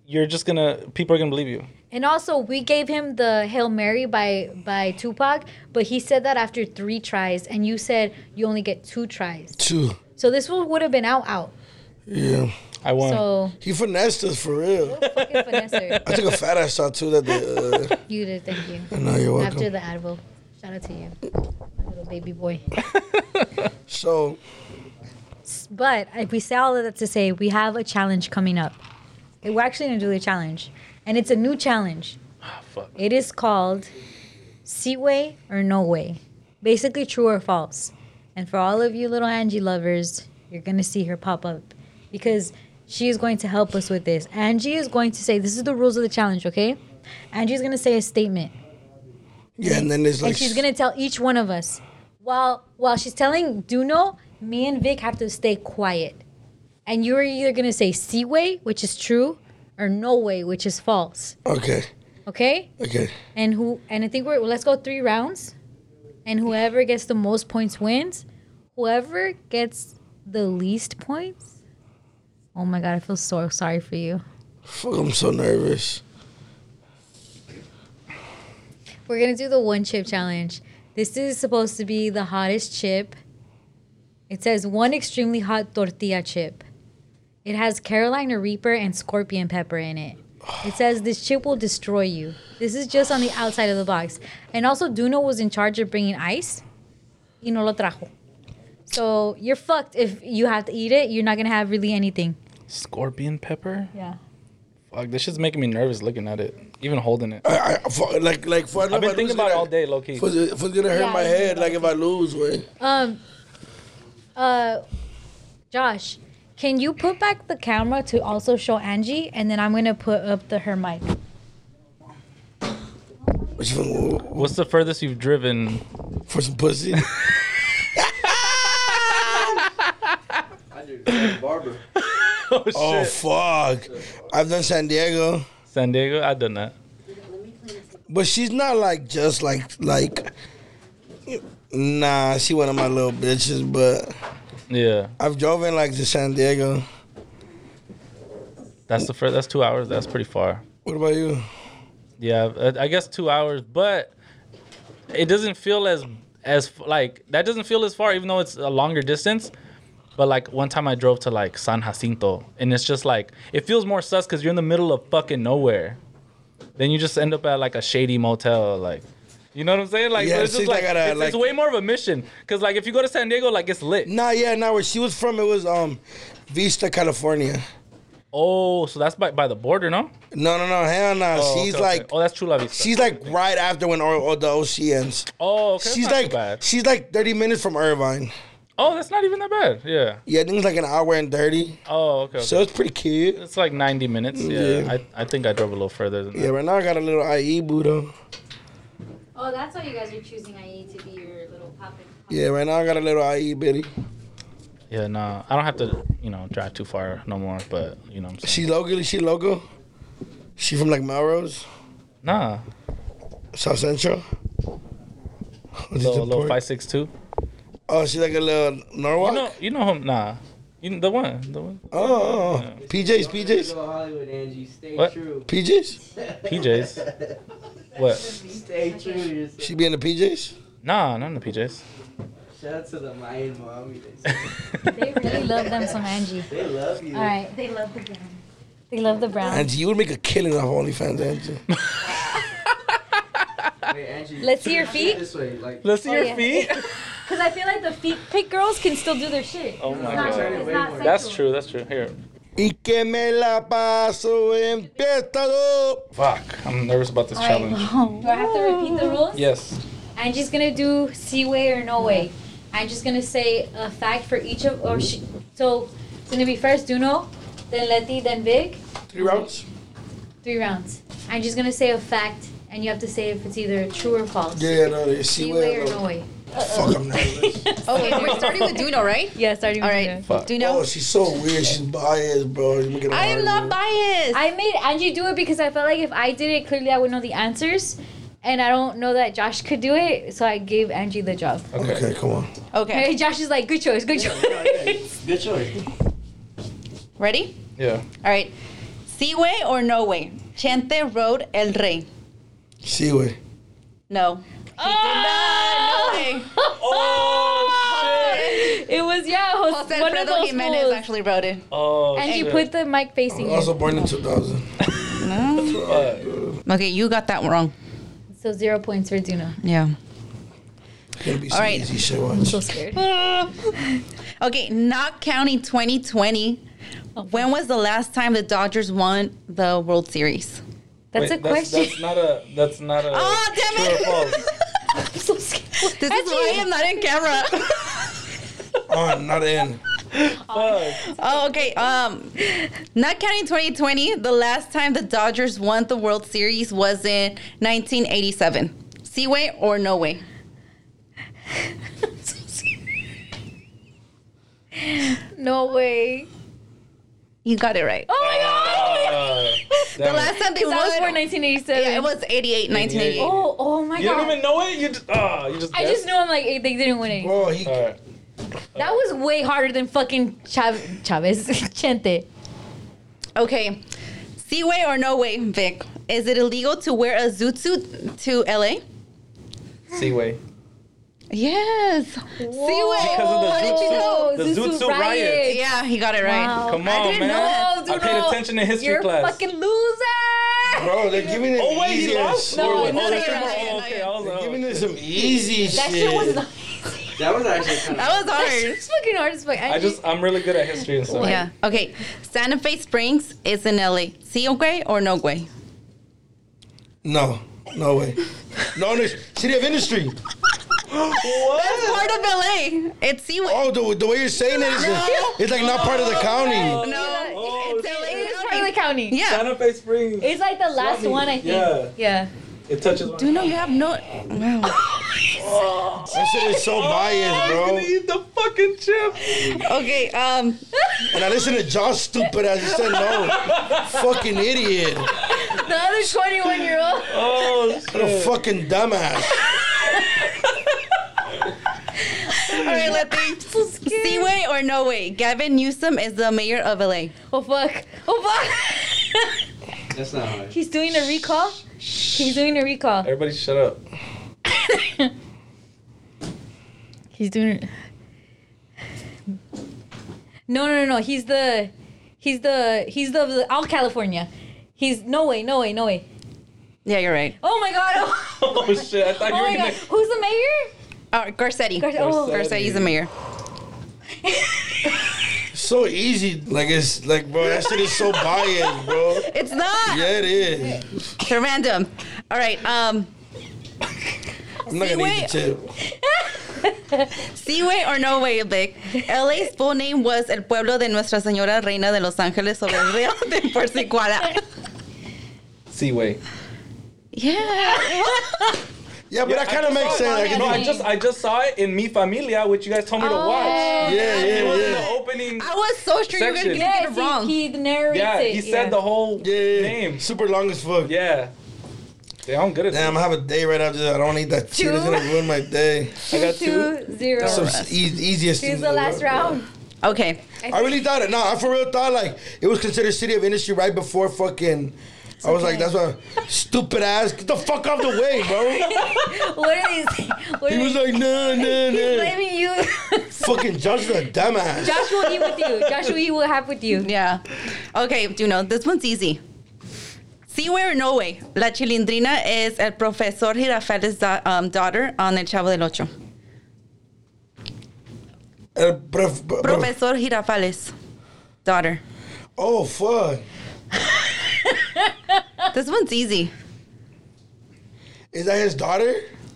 S4: you're just gonna people are gonna believe you.
S2: And also, we gave him the Hail Mary by by Tupac, but he said that after three tries, and you said you only get two tries.
S1: Two.
S2: So this one would have been out out.
S1: Yeah.
S4: I won.
S2: So
S1: He finessed us for real.
S2: fucking finesser.
S1: I took a fat ass shot too. That day.
S2: You did, thank you.
S1: Uh, no, you're welcome.
S2: After the Advil, shout out to you, my little baby boy.
S1: so
S2: But if we say all of that to say we have a challenge coming up. And We're actually gonna do a challenge, and it's a new challenge.
S4: fuck.
S2: It is called "See Way or No Way," basically true or false. And for all of you little Angie lovers, you're gonna see her pop up because she is going to help us with this. Angie is going to say, "This is the rules of the challenge," okay? Angie's gonna say a statement,
S1: yeah, and then there's like
S2: and she's gonna tell each one of us. While while she's telling Duno, me and Vic have to stay quiet. And you're either gonna say "See way," which is true, or no way, which is false.
S1: okay,
S2: Okay?
S1: okay.
S2: And who and I think we're let's go three rounds. And whoever gets the most points wins. Whoever gets the least points. Oh my god, I feel so sorry for you.
S1: Fuck, I'm so nervous.
S2: We're gonna do the one chip challenge. This is supposed to be the hottest chip. It says one extremely hot tortilla chip. It has Carolina Reaper and scorpion pepper in it. It says this chip will destroy you. This is just on the outside of the box. And also, Duno was in charge of bringing ice. Y no lo trajo. So you're fucked if you have to eat it. You're not gonna have really anything.
S4: Scorpion pepper?
S2: Yeah.
S4: Fuck, this shit's making me nervous looking at it. Even holding it.
S1: I, I for, like like for I
S4: I've been thinking about it all day, low key.
S1: For, if it's gonna hurt
S2: Yeah,
S1: my
S2: I know
S1: head,
S2: about
S1: like if I lose, way.
S2: Um, uh, Josh, can you put back the camera to also show Angie, and then I'm gonna put up the her mic.
S1: What you think,
S4: What's the furthest you've driven?
S1: for some pussy?
S3: I do barber.
S4: Oh, shit.
S1: oh fuck! I've done San Diego,
S4: San Diego? I've done that.
S1: but she's not like just like like. Nah, she one of my little bitches, but
S4: Yeah.
S1: I've driven like to San Diego.
S4: That's the first. That's two hours. That's pretty far.
S1: What about you?
S4: Yeah, uh, I- I guess two hours, but it doesn't feel as as like that doesn't feel as far, even though it's a longer distance. But like one time I drove to like San Jacinto, and it's just like it feels more sus because you're in the middle of fucking nowhere. Then you just end up at like a shady motel, like. You know what I'm saying? Like,
S1: Yeah,
S4: so it's
S1: it
S4: just
S1: seems
S4: like,
S1: like I gotta,
S4: it's, it's
S1: like-
S4: way more of a mission. Cause like if you go to San Diego, like it's lit.
S1: Nah, yeah, nah. Where she was from, it was um, Vista, California.
S4: Oh, so that's by, by the border, no?
S1: No, no, no, hell no.
S4: Oh,
S1: she's
S4: okay, okay.
S1: like,
S4: oh, that's Chula Vista.
S1: she's like right after when or, or the OC ends.
S4: oh, okay, that's
S1: she's
S4: not too
S1: like,
S4: bad.
S1: she's like thirty minutes from Irvine.
S4: oh, that's not even that bad. Yeah.
S1: Yeah, I think it's like an hour and thirty.
S4: Oh, okay. okay.
S1: So it's pretty cute.
S4: It's like 90 minutes. Yeah.
S1: Yeah.
S4: I, I think I drove a little further than
S1: Yeah,
S4: that.
S1: right now I got a little IE boo though.
S5: Oh, that's why you guys are choosing IE to be your little poppin'.
S1: Yeah, right now I E got a little IE bitty.
S4: Yeah, no. I don't have to, you know, drive too far no more, but, you know what I'm
S1: She
S4: saying?
S1: local, she local. She from like Melrose,
S4: Nah.
S1: South Central. What's it,
S4: Little,
S1: the
S4: little
S1: port?
S4: 562.
S1: Oh, she's like a little Norwalk.
S4: You know, you know him. Nah. You, the one. The one.
S1: oh, oh, oh. PJs, PJs,
S3: Little Hollywood, Angie. Stay
S4: What?
S3: true.
S1: PJs.
S4: PJs? What?
S3: Stay true to yourself.
S1: She be in the PJs.
S4: Nah, none of the PJs.
S3: Shout out to the Mayan mommy.
S2: They really love them some Angie.
S3: They love you.
S2: All right,
S5: They love the game.
S2: they love the brown.
S1: And you would make a killing off OnlyFans, Angie.
S3: Wait, Angie.
S2: Let's see your
S3: do it
S2: feet.
S3: This way, like.
S4: Let's see
S2: Oh,
S4: your
S2: yeah.
S4: feet.
S2: Cause I feel like the feet pick girls can still do their shit.
S4: oh my
S3: Nah,
S4: god.
S3: turn it way more.
S4: That's true. That's true. Here.
S1: Y que me la paso empiestado.
S4: Fuck. I'm nervous about this
S2: Alright,
S4: challenge.
S2: do I have to repeat the rules?
S4: Yes.
S2: Angie's gonna do sea way or no way. I'm just gonna say a fact for each of or she, so it's gonna be first Duno, then Letty, then Vic.
S1: Three rounds.
S2: Three rounds. I'm just gonna say a fact, and you have to say if it's either true or false.
S1: Yeah, no, they see
S2: See
S1: where
S2: way
S1: I
S2: or no
S1: go.
S2: way.
S1: Fuck, I'm nervous.
S6: Oh,
S7: Okay, we're starting with Duno, right?
S2: Yeah, starting.
S7: All right,
S4: Fuck.
S1: Oh,
S7: Duno.
S1: she's so weird. She's biased, bro. You making it
S7: I
S1: hard,
S7: am not
S1: bro.
S7: biased.
S2: I made Angie do it because I felt like if I did it, clearly I would know the answers, and I don't know that Josh could do it, so I gave Angie the job.
S4: Okay.
S1: Okay, come on.
S7: Okay,
S2: Okay, Josh is like, good choice, good choice.
S3: Good choice.
S7: ready?
S4: Yeah.
S7: All right.
S6: Sea way or no way? Chente Road El Rey.
S1: See what?
S6: No.
S2: Oh!
S6: He did not. No way.
S2: It was yeah, Jose,
S6: Jose
S2: one of
S6: Alfredo
S2: those
S6: Jimenez
S2: fools.
S6: actually wrote it.
S4: Oh,
S2: And you
S4: shit.
S2: put the mic facing you.
S1: Also born in 2000.
S6: Okay, you got that wrong.
S2: So zero points for Duno.
S6: Yeah.
S1: Gonna be some
S6: right.
S1: easy shit watch.
S2: So scared.
S6: Okay, not counting 2020. When was the last time the Dodgers won the World Series?
S2: That's
S4: Wait,
S2: a question.
S4: That's not a. That's not a.
S6: Oh, damn it.
S4: True or false?
S2: I'm so scared.
S6: This is why I'm not in camera.
S1: On, not in.
S4: Fuck.
S6: oh, okay. Um, not counting 2020, the last time the Dodgers won the World Series was in 1987. Seaway or no way?
S2: I'm so scared. No way.
S6: You got it right.
S2: Oh my god!
S4: Uh,
S6: the
S4: damn it.
S6: last time they
S2: Because
S6: won.
S2: I was born 1987.
S6: yeah, it was 88, 1988.
S2: Oh, oh my
S4: You
S2: god.
S4: don't even know it. You just. Oh, you just.
S2: I just
S4: guessed?
S2: knew I'm like eh, they didn't win it.
S1: Bro, Oh, he.
S4: All right.
S2: That was way harder than fucking Chav- Chavez Chente.
S6: Okay. Seaway or no way, Vic? Is it illegal to wear a zoot suit to LA?
S4: Seaway.
S6: Yes.
S4: Because of the
S6: How did you know?
S4: Zoot Suit, the Zoot Suit riots.
S6: Yeah, he got it right.
S2: Wow.
S4: Come on,
S2: I didn't
S4: man.
S2: Know,
S4: I paid
S2: Duno.
S4: attention in history
S2: You're
S4: class.
S2: a fucking loser.
S1: Bro, they're giving it
S4: Oh wait,
S1: easy
S4: he lost.
S1: shit.
S2: No,
S4: oh,
S2: no,
S4: oh,
S2: no,
S4: that's
S2: no,
S4: right.
S6: no,
S4: Oh,
S6: no,
S4: okay,
S6: no.
S4: I was
S1: They're
S4: like,
S1: giving it some easy shit.
S2: That shit was not.
S3: That was actually kind of.
S6: That
S2: That
S6: was
S2: shit
S6: hard.
S2: was fucking hard as fuck.
S4: I just. I'm really good at history and stuff.
S6: Yeah. Okay. Santa Fe Springs is in LA. Seaway or no way?
S1: No, no way. No, no, city of industry.
S6: That's part of LA. It's Seaway.
S1: Oh, the, the way you're saying it is it's like not part of the county.
S6: no.
S4: Oh,
S6: it's LA.
S2: It is part of the county.
S6: Yeah.
S4: Santa Fe Springs.
S2: It's like the last
S4: Swami.
S2: one I think.
S4: Yeah.
S2: Yeah.
S4: It touches. my-
S6: Do you know you have no? Wow.
S1: That shit is so biased,
S4: I'm
S1: bro.
S4: gonna eat the fucking chip.
S6: Okay. Um.
S1: And I listen to Josh stupid as he said no. Fucking idiot.
S2: The other 21 year old.
S4: Oh
S1: What a
S4: shit.
S1: fucking dumbass.
S6: All right, Letty.
S2: So scared.
S6: Seaway or no way? Gavin Newsom is the mayor of LA.
S2: Oh fuck. Oh fuck.
S3: That's not hard.
S2: He's doing a recall. He's doing a recall.
S4: Everybody, shut up.
S2: He's doing it. No, no, no, no. He's the, he's the, he's the, the all California. He's no way, no way, no way.
S6: Yeah, you're right.
S2: Oh my god. Oh,
S4: Oh shit. I thought
S2: oh
S4: you
S2: my
S4: were
S2: god.
S4: gonna.
S2: Who's the mayor?
S6: All right, Garcetti.
S2: Gar- oh.
S4: Garcetti.
S6: Garcetti's the mayor.
S1: So easy. Like it's like bro, that shit is so biased, bro.
S6: It's not.
S1: Yeah, it is.
S6: It's random. All right. Um.
S1: I'm not gonna eat the chip.
S6: Seaway or no way, Vic? LA's full name was El Pueblo de Nuestra Señora Reina de Los Ángeles sobre el Río de Porcicuara.
S4: Seaway.
S6: Yeah.
S1: Yeah, but that
S4: I
S1: kinda
S4: just
S1: makes
S4: saw it.
S1: sense. I
S4: No, I
S1: can
S4: just I just saw it Oh. in Mi Familia, which you guys told me to watch.
S2: Oh.
S1: yeah, yeah,
S4: In
S1: yeah.
S4: the opening.
S6: I was so sure you were
S4: Section.
S6: going to get
S2: Yes,
S6: it wrong.
S2: he, he narrates
S4: Yeah,
S2: it.
S4: he said the whole
S1: Yeah, yeah, yeah.
S4: name.
S1: Super long as fuck.
S4: Yeah. Damn, I'm good at that.
S1: Damn, I have a day right after that. I don't need that shit. It's gonna ruin my day.
S4: I got two.
S2: two zero.
S1: That's some e- easiest thing.
S2: Here's the last round.
S6: Okay.
S1: I really thought it. No, I for real thought like it was considered city of industry right before fucking. I was like, that's why stupid ass. Get the fuck off the way, bro.
S2: What are these? What
S1: He
S2: are
S1: was like,
S2: these-
S1: nah, nah,
S2: He's
S1: nah.
S2: blaming you.
S1: Fucking Josh the dumbass.
S2: Josh will eat with you. Josh will eat will have with you.
S6: Yeah. Okay, Juno, this one's easy. Seaway or no way? La Chilindrina is El Profesor Girafales' da- um, daughter on El Chavo del Ocho.
S1: Uh, prof, bro- bro-
S6: Profesor Girafales' daughter.
S1: oh fuck.
S6: This one's easy.
S1: Is that his daughter?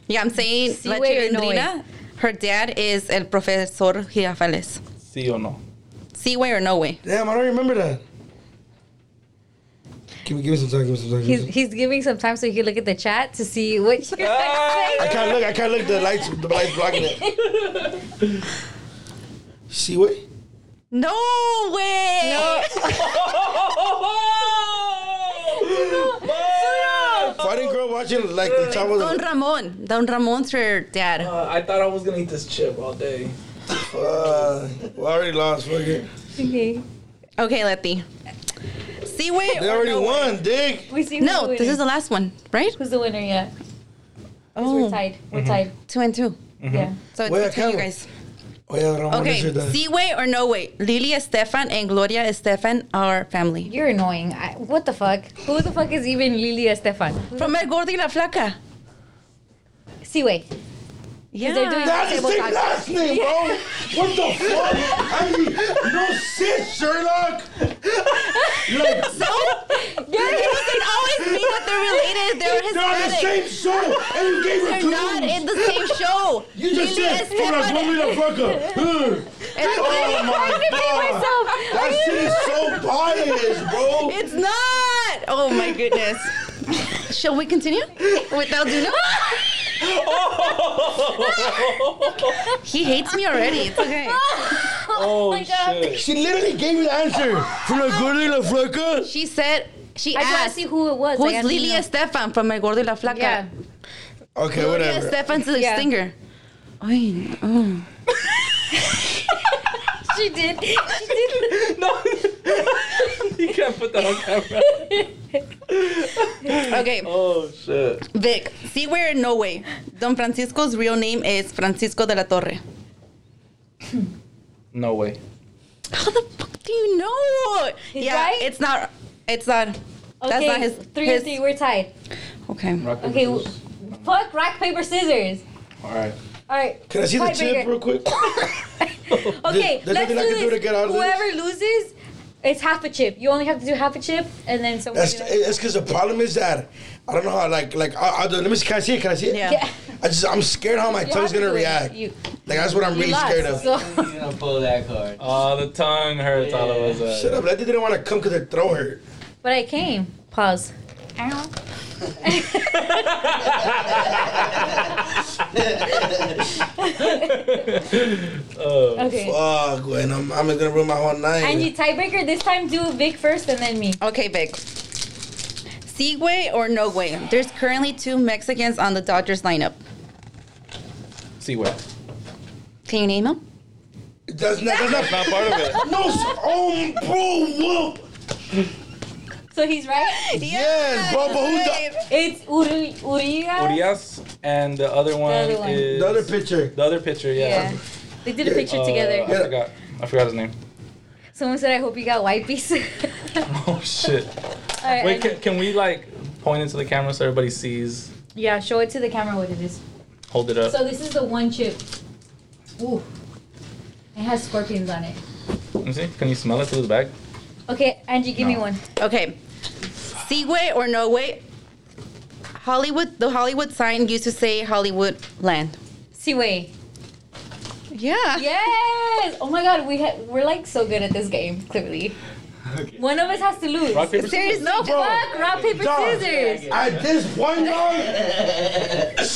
S6: Yeah, I'm saying La
S2: Seaway or no way?
S6: Chilindrina. Her dad is El Profesor Girafales.
S4: See or no?
S6: Seaway or no way?
S1: Damn, I don't remember that. Give me, give me some time. Give me some time. give me
S2: He's
S1: some-
S2: he's giving some time so he can look at the chat to see what you're
S4: Ah!
S1: I
S2: saying.
S1: can't look. I can't look. The lights, the lights blocking it. See what?
S6: No way!
S1: Why didn't girl watching like the top of
S6: Don
S1: the?
S6: Ramon. Don Ramon's her dad.
S4: Uh, I thought I was gonna eat this chip all day.
S1: Uh, well, I already lost. Fuck it.
S2: Okay.
S6: Okay, Letty. See way.
S1: They already won, dig.
S2: We see who's
S6: No,
S2: the winner.
S6: this is the last one, right? Oh.
S2: who's the winner yet. 'Cause We're tied.
S1: Mm-hmm.
S2: We're tied.
S6: two and 2
S2: Yeah.
S6: So it's
S1: Wait, I
S6: between you
S1: can't-
S6: guys.
S1: Oh yeah, I don't want to
S6: Okay,
S1: hear that.
S6: sea way or no way? Lilia Stefan and Gloria Stefan are family.
S2: You're annoying. I, what the fuck? Who the fuck is even Lilia Stefan?
S6: From El Gordo y la Flaca.
S2: Seaway.
S6: Yeah.
S2: they're doing-
S1: That's the
S2: Table
S1: same
S2: talk.
S1: last name, bro. What the fuck? I mean, no shit, Sherlock. Like,
S6: so, it doesn't always mean that they're related. They're
S1: they're on the same
S6: Hispanic.
S1: show, and you gave her
S6: They're not
S1: clues.
S6: in the same show.
S1: You just
S6: Lilia
S1: said, "Hold on, blow me the fuck up." Ugh. Oh my god,
S2: Myself.
S1: that shit is so biased, bro.
S6: It's not. Oh my goodness. Shall we continue without Duno? he hates me already. It's okay.
S4: Oh, shit.
S1: She literally gave you the answer from the Gordy La Flaca.
S6: She said she
S2: I want to
S6: asked
S2: see who it was.
S6: who's
S2: I actually
S6: Lilia
S2: know.
S6: Stefan from El Gordo y la Flaca.
S2: Yeah.
S1: Okay,
S6: Gloria
S1: whatever.
S6: Stefan's the
S2: Yeah.
S6: singer. Ay, oh.
S2: She did. She did.
S4: No, you can't put that on camera.
S6: Okay,
S4: Oh shit.
S6: Vic, see where no way. Don Francisco's real name is Francisco de la Torre.
S4: No way.
S6: How the fuck do you know?
S2: He's
S6: yeah,
S2: right?
S6: it's not. It's not. That's
S2: Okay,
S6: not his.
S2: three
S6: his-
S2: and three. We're tied.
S6: Okay.
S4: Rock
S2: Okay.
S4: All
S2: w- Fuck rock paper scissors.
S4: right.
S2: All right.
S1: Can I see the
S2: tiebreaker.
S1: chip real quick?
S2: okay,
S1: There's- there's
S2: let's do
S1: nothing I can
S2: this.
S1: do to get out of this?
S2: Whoever loses, it's half a chip. You only have to do half a chip, and then someone.
S1: That's that's because the problem is that I don't know how like like I, I don't, let me see, can I see it? Can I see it?
S6: Yeah.
S2: yeah.
S1: I just I'm scared how my
S2: You
S1: tongue's
S2: have to
S1: gonna
S2: do it.
S1: react.
S2: You,
S1: Like that's what I'm
S2: you
S1: really
S2: lost,
S1: scared of.
S2: so-
S3: He's gonna uh, pull that card.
S4: Oh, the tongue hurts all of us.
S1: Shut up, Letty didn't want to come because her throat hurt.
S2: but I came. Pause.
S4: oh.
S2: Okay.
S1: Fuck, when I'm, I'm gonna ruin my whole night.
S2: Eh. And you tiebreaker this time. Do Vic first, and then me.
S6: Okay, Vic. Seaway or no way? There's currently two Mexicans on the Dodgers lineup.
S4: See where?
S6: Can you name them?
S1: that's not that's not
S4: Not part of it.
S1: no s- um bro whoop.
S2: So he's right.
S1: Yes, bro, but who's
S2: It's Uri Urias.
S4: Urias and the other one,
S2: other one.
S1: the,
S4: is
S1: the other picture?
S4: The other picture, yeah.
S2: Yeah. They did a
S1: Yeah,
S2: picture
S4: Uh,
S2: together.
S4: I forgot. I forgot his name.
S2: Someone said, "I hope you got wipes." All
S4: Oh shit.
S2: right,
S4: Wait,
S2: and-
S4: can, can we like point into the camera so everybody sees?
S2: yeah, show it to the camera what it is.
S4: Hold it up.
S2: So this is the one chip. Ooh, it has scorpions on it.
S4: Let me see. Can you smell it through the bag?
S2: Okay, Angie, give me
S4: No.
S2: one.
S6: Okay. Seaway or no way? Hollywood. The Hollywood sign used to say Hollywood Land.
S2: Seaway.
S6: Yeah.
S2: Yes. Oh my God, we ha- we're like so good at this game. Clearly, one of us has to lose.
S4: Rock paper scissors.
S6: Seriously, no.
S1: Bro.
S2: Fuck rock paper
S1: Dog.
S2: scissors.
S1: At this point, dog,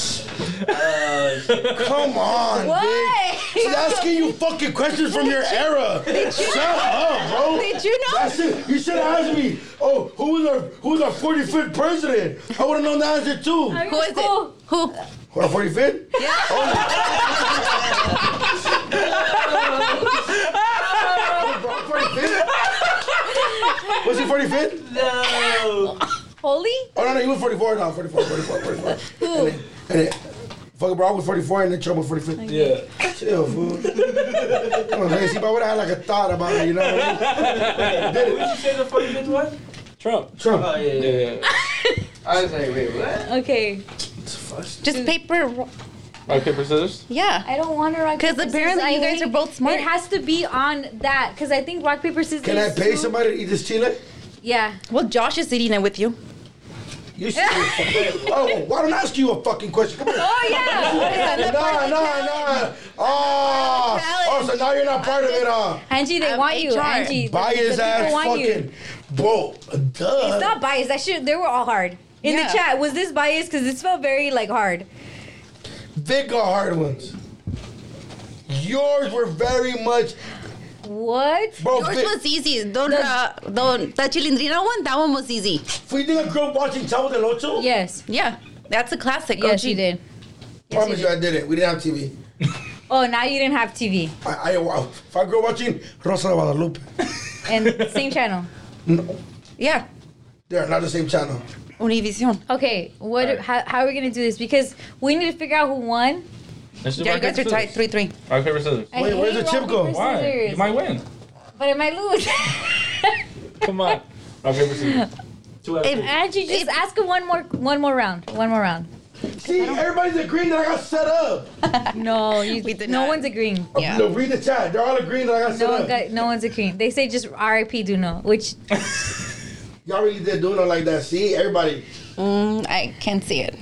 S3: Oh, shit.
S1: come on.
S2: What?
S1: She's asking you fucking questions from your era. Shut up, bro.
S6: Did you know?
S1: That's it. You should have asked me. Oh, who was our who was our 45th president? I would have known the answer too.
S2: I'm
S6: Who is
S2: in school.
S6: it? Who?
S1: Who our 45th? Oh. 45th? Was he 45th?
S3: No.
S2: Holy?
S1: Oh no, no, he was 44 now. 44, 44, 44. And then, and then, fucking bro, I was 44 and then Trump was 45.
S4: Yeah.
S1: Chill, fool. Come on, man. See, but I would have had like a thought about it, you know what I mean?
S3: Who did you say the fucking good one?
S4: Trump.
S1: Trump.
S3: Oh, yeah, yeah. yeah.
S4: Yeah.
S3: I was like, wait, what?
S2: Okay.
S6: Just paper. ro-
S4: Rock paper scissors.
S6: Yeah.
S2: I don't want to rock.
S6: 'Cause
S2: paper,
S6: apparently
S2: scissors.
S6: you
S2: I
S6: guys
S2: hate-
S6: are both smart.
S2: It has to be on that because I think rock paper scissors.
S1: Can I pay
S2: too-
S1: somebody to eat this chile?
S2: Yeah.
S6: Well, Josh is eating it with you.
S1: You should. oh, why don't I ask you a fucking question? Come here.
S2: Oh yeah.
S1: Nah, nah, nah. Oh, oh, so now you're not part of it, huh?
S2: Angie, they
S6: I'm
S2: want you.
S6: HR.
S2: Angie, the- the
S1: Bias
S2: people
S1: ass
S2: want you.
S1: fucking. Bro, duh.
S2: It's not biased. That shit, they were all hard. In
S6: Yeah.
S2: the chat, was this biased? Because this felt very like hard.
S1: They got hard ones. Yours were very much,
S2: What?
S1: bro.
S6: Yours
S1: Vic-
S6: was easy. Don't, uh, don't, that chilindrina one, that one was easy.
S1: We did a girl watching Chavo del Ocho?
S2: Yes.
S6: Yeah, that's a classic.
S2: Yes,
S6: OG.
S2: you did.
S1: Promise you I did it. We didn't have TV.
S2: Oh, now you didn't have TV
S1: I, I, if I grew up watching Rosa de Guadalupe.
S2: and same channel.
S1: No.
S6: Yeah,
S1: They're not the same channel.
S6: Univision.
S2: Okay, what?
S4: Alright.
S2: How, how are we gonna do this? Because we need to figure out who won.
S4: Let's do
S6: Yeah,
S4: rock,
S6: you guys are
S4: paper,
S6: tied
S4: scissors.
S6: three three.
S4: Rock, paper, scissors.
S2: I
S1: Wait,
S2: hate
S1: where's the
S2: rock,
S1: chip go?
S2: paper,
S4: Why? You
S2: scissors,
S4: might win.
S2: But I might lose.
S4: Come on. Rock, paper, scissors. Two out of
S6: If-
S4: three.
S2: Angie, just ask him one more, one more round, one more round.
S1: See, everybody's agreeing that I got set up.
S2: No, you,
S6: We did
S2: no
S6: not.
S2: one's agreeing.
S6: Yeah.
S1: No, read the chat. They're all agreeing that I got set
S2: No, one
S1: up.
S2: got, no one's agreeing. They say just R.I.P. Duno, which
S1: Y'all really did doing it like that. See, everybody.
S6: Mm, I can't see it.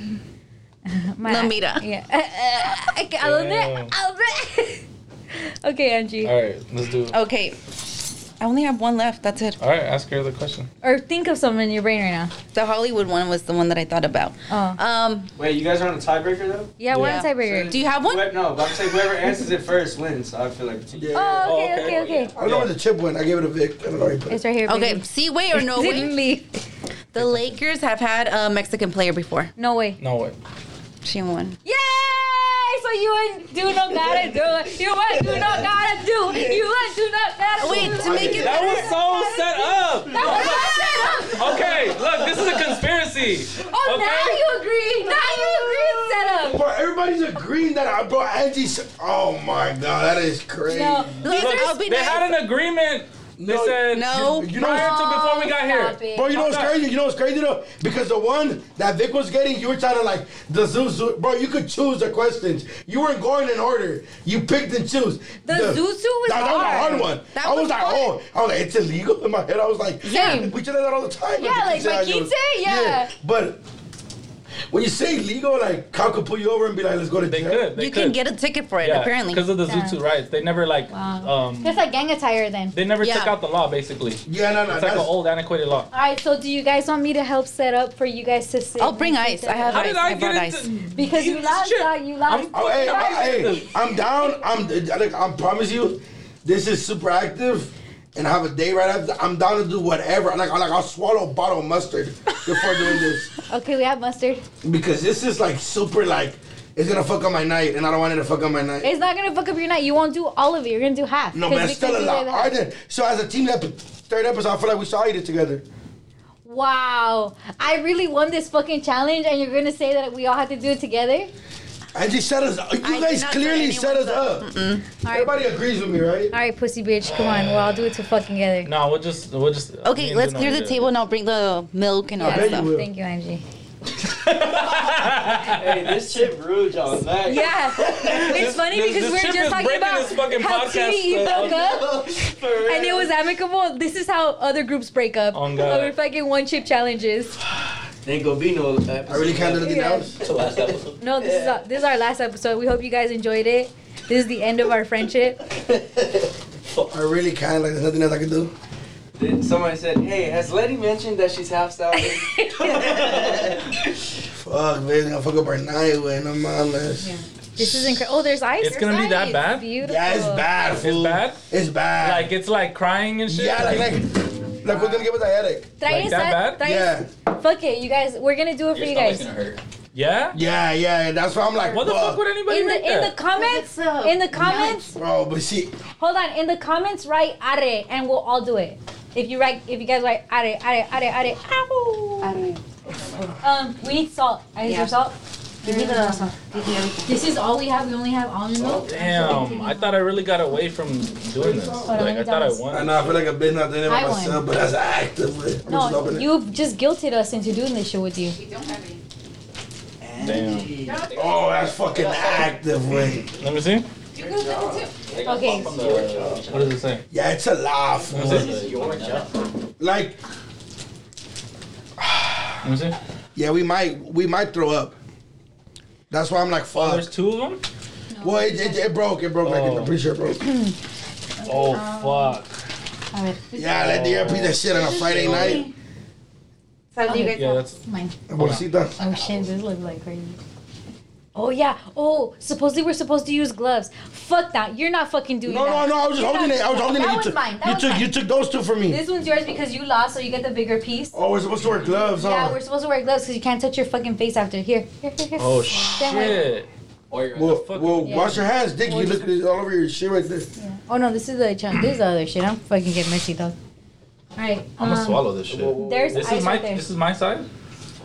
S2: my,
S6: No, mira.
S2: Yeah, I can- I'll admit,
S4: Damn.
S2: I'll admit. Okay, Angie,
S4: All right, let's do it.
S6: Okay, I only have one left. That's it.
S4: All right, ask her the question.
S2: or think of something in your brain right now.
S6: The Hollywood one was the one that I thought about.
S2: Oh,
S6: Um,
S3: Wait, you guys are on a tiebreaker though?
S2: yeah, we're
S4: Yeah.
S2: on tiebreaker.
S6: do you have one?
S3: Whoever- no, but I'm saying whoever answers it first wins. I feel like.
S1: Yeah.
S2: Oh,
S4: Oh,
S2: okay, okay,
S4: okay.
S2: okay.
S1: I don't know where the chip went. I gave it a Vic. I don't know where he put it.
S2: It's right here.
S6: Okay,
S2: baby.
S6: see way or no way.
S2: Didn't leave.
S6: The Lakers have had a Mexican player before.
S2: No way.
S4: No way.
S6: She won.
S2: Yay! So you and do not gotta do it. You and do not gotta do. You and do not gotta.
S6: Wait, to make it
S4: That was so set up.
S2: That was set up.
S4: Okay, look, this is a conspiracy.
S2: Oh,
S4: Okay.
S2: now you agree. Now you agree. it's Set up.
S1: Bro, everybody's agreeing that I brought Angie's. Oh my god, that is crazy.
S2: No.
S6: Look,
S4: Look,
S6: I'll be
S4: they
S6: nice.
S4: had an agreement. They
S1: No,
S4: said
S6: no.
S1: You
S4: prior
S1: know,
S4: to before
S2: Oh,
S4: we got
S5: Stop
S4: here.
S5: it.
S1: bro, you know what's
S4: Stop.
S1: crazy? You know what's crazy though? Because the one that Vic was getting, you were trying to like the zoo, zoo. Bro, you could choose the questions. You weren't going in order. You picked and choose.
S2: The Zuzu was
S1: that, that was a
S2: hard.
S1: hard one.
S6: That
S1: I was,
S6: was
S1: like,
S6: hard.
S1: oh, I was like, it's illegal. In my head, I was like,
S2: Yeah.
S1: we do that all the time.
S2: Yeah, like
S1: Quinceañeros.
S2: Maquince, yeah.
S1: But when you say legal, like, cow could pull you over and be like, let's go to
S4: They
S1: jail.
S4: could. They
S6: you
S4: could.
S6: can get a ticket for it, apparently.
S4: Because of the
S2: Yeah.
S4: Zutu riots. They never like um
S5: That's like gang attire then.
S4: they never
S6: Yeah.
S4: took out the law basically. It's
S1: Yeah, no, no.
S4: like
S1: that's-
S4: an old antiquated law.
S2: All right. So do you guys want me to help set up for you guys to sit?
S6: I'll bring
S2: and
S6: ice.
S2: sit
S6: I have
S2: down?
S4: How did
S6: I
S4: I
S6: brought
S4: get
S6: ice.
S4: into
S2: Because you
S4: this
S2: lost.
S4: shit?
S2: dog, You lost.
S4: I'm-
S1: Oh, hey,
S4: Fucking
S1: I,
S4: right.
S1: hey, I'm down. I'm like, I promise you, this is super active, and I have a day right after. I'm down to do whatever. Like, I- like I'll swallow a bottle of mustard before doing this
S2: Okay, we have mustard.
S1: because this is like super like it's gonna fuck up my night, and I don't want it to fuck up my night.
S2: It's not gonna fuck up your night. You won't do all of it. You're gonna do half.
S1: no,
S2: 'Cause
S1: but that's
S2: we
S1: still
S2: can
S1: a
S2: do
S1: lot.
S2: the
S1: I
S2: half.
S1: did. So as a team, that third episode, I feel like we saw it together.
S2: Wow. I really won this fucking challenge, and you're gonna say that we all have to do it together?
S1: And you set us. You
S6: I did
S1: guys
S6: not set
S1: clearly set us
S6: anyone's
S1: up. Everybody agrees with me, right?
S2: All right, pussy bitch, come on. We'll all do it to fucking together.
S4: No, we'll just we'll just me
S6: Okay,
S4: and
S6: let's
S4: Duno
S6: clear
S4: did
S6: the
S4: it.
S6: table and I'll bring the milk and all
S1: Yeah.
S6: that
S1: bet
S6: stuff.
S1: you will.
S2: Thank you, Angie.
S3: Hey, this shit rude, y'all. Nice.
S2: Yeah, it's funny
S4: this-
S2: because
S4: this
S2: we
S4: chip
S2: were
S4: is
S2: just talking
S4: breaking
S2: about
S4: this fucking
S2: how
S4: podcast,
S2: TDE
S4: uh,
S2: broke up,
S3: For
S2: and it
S3: real.
S2: was amicable. This is how other groups break up.
S4: On God.
S2: Over fucking one chip challenges.
S3: Ain't gonna be no. episode.
S1: I really can't do anything
S2: Yeah.
S1: else.
S4: The last episode.
S2: No, this is our, this is our last episode. We hope you guys enjoyed it. This is the end of our friendship.
S1: I really can't. Like there's nothing else I can do.
S3: Then Somebody said, "Hey, has Letty mentioned that she's half Salvadorian?"
S1: Fuck, man, it's gonna fuck up our night with no mamas.
S2: This is incredible. Oh, there's ice.
S4: It's gonna be that
S2: Ice.
S4: bad?
S2: Beautiful.
S1: Yeah, it's bad,
S4: It's
S1: fool.
S4: bad?
S1: It's bad.
S4: Like it's like crying and shit.
S1: yeah, like, like, like we're gonna give us a headache.
S2: Trae
S4: Like that
S2: esa-
S4: bad?
S2: trae-
S1: Yeah,
S2: Fuck it, you guys. We're gonna do it for you guys.
S4: Yeah?
S1: yeah, yeah. and That's why I'm like,
S4: What the fuck would anybody
S2: In the
S4: make
S2: in the
S4: that?
S2: comments, in the comments,
S1: bro? But see,
S2: hold on. In the comments, write are, and we'll all do it. If you write, if you guys write are, are, are, are,
S1: Uh,
S2: ow. Um, we need salt. I need
S7: Yeah.
S2: some salt. Give me the salt. This is all we have. We only have almond milk.
S4: Oh, Damn, I thought I really got away from doing this.
S2: on, let
S4: Like I
S2: me
S4: thought I
S2: down.
S1: I
S4: won.
S1: know I feel like a bitch not doing it by
S2: I won.
S1: myself, but that's active. With. I'm just
S2: No,
S1: opening it.
S2: you've just guilted us into doing this shit with you.
S4: Damn.
S1: Oh, that's fucking active. With.
S4: Let me see.
S2: Okay.
S4: What does it say?
S1: Yeah, it's a lot. Fool.
S4: Let me see.
S1: Like,
S4: Let me see.
S1: yeah, we might, we might throw up. That's why I'm like,
S4: Oh,
S1: fuck.
S4: there's two of them?
S1: Well, it, it, it broke. It broke. Like, I'm pretty sure it broke.
S4: Oh, fuck.
S1: Yeah, let the air piece that shit on a Friday night.
S6: So do you guys
S4: Yeah, that's
S1: I want to see that.
S2: Oh shit, this looks like crazy. Oh yeah. Oh, supposedly we're supposed to use gloves. Fuck that. You're not fucking doing
S1: No,
S2: that.
S1: no, no. I was just holding it. I was holding
S2: That
S1: it. You
S2: was
S1: took,
S2: mine, that
S1: you
S2: was
S1: took,
S2: mine.
S1: you took those two for me.
S2: This one's yours because you lost, so you get the bigger piece.
S1: Oh, we're supposed to wear gloves, huh?
S2: Yeah, we're supposed to wear gloves because you can't touch your fucking face after. Here, here, here, here.
S4: Oh
S2: Stand right-
S4: shit.
S1: well,
S4: fuck-
S1: well
S2: Yeah.
S1: wash your hands, Dick. You look all over your shit right there.
S2: Oh no, this is the chunk. This is the other shit. I'm fucking getting messy, dog. All right.
S8: I'm gonna
S2: um,
S8: swallow this shit.
S2: There's
S4: This
S2: ice
S4: is my
S2: right there.
S4: this is my side.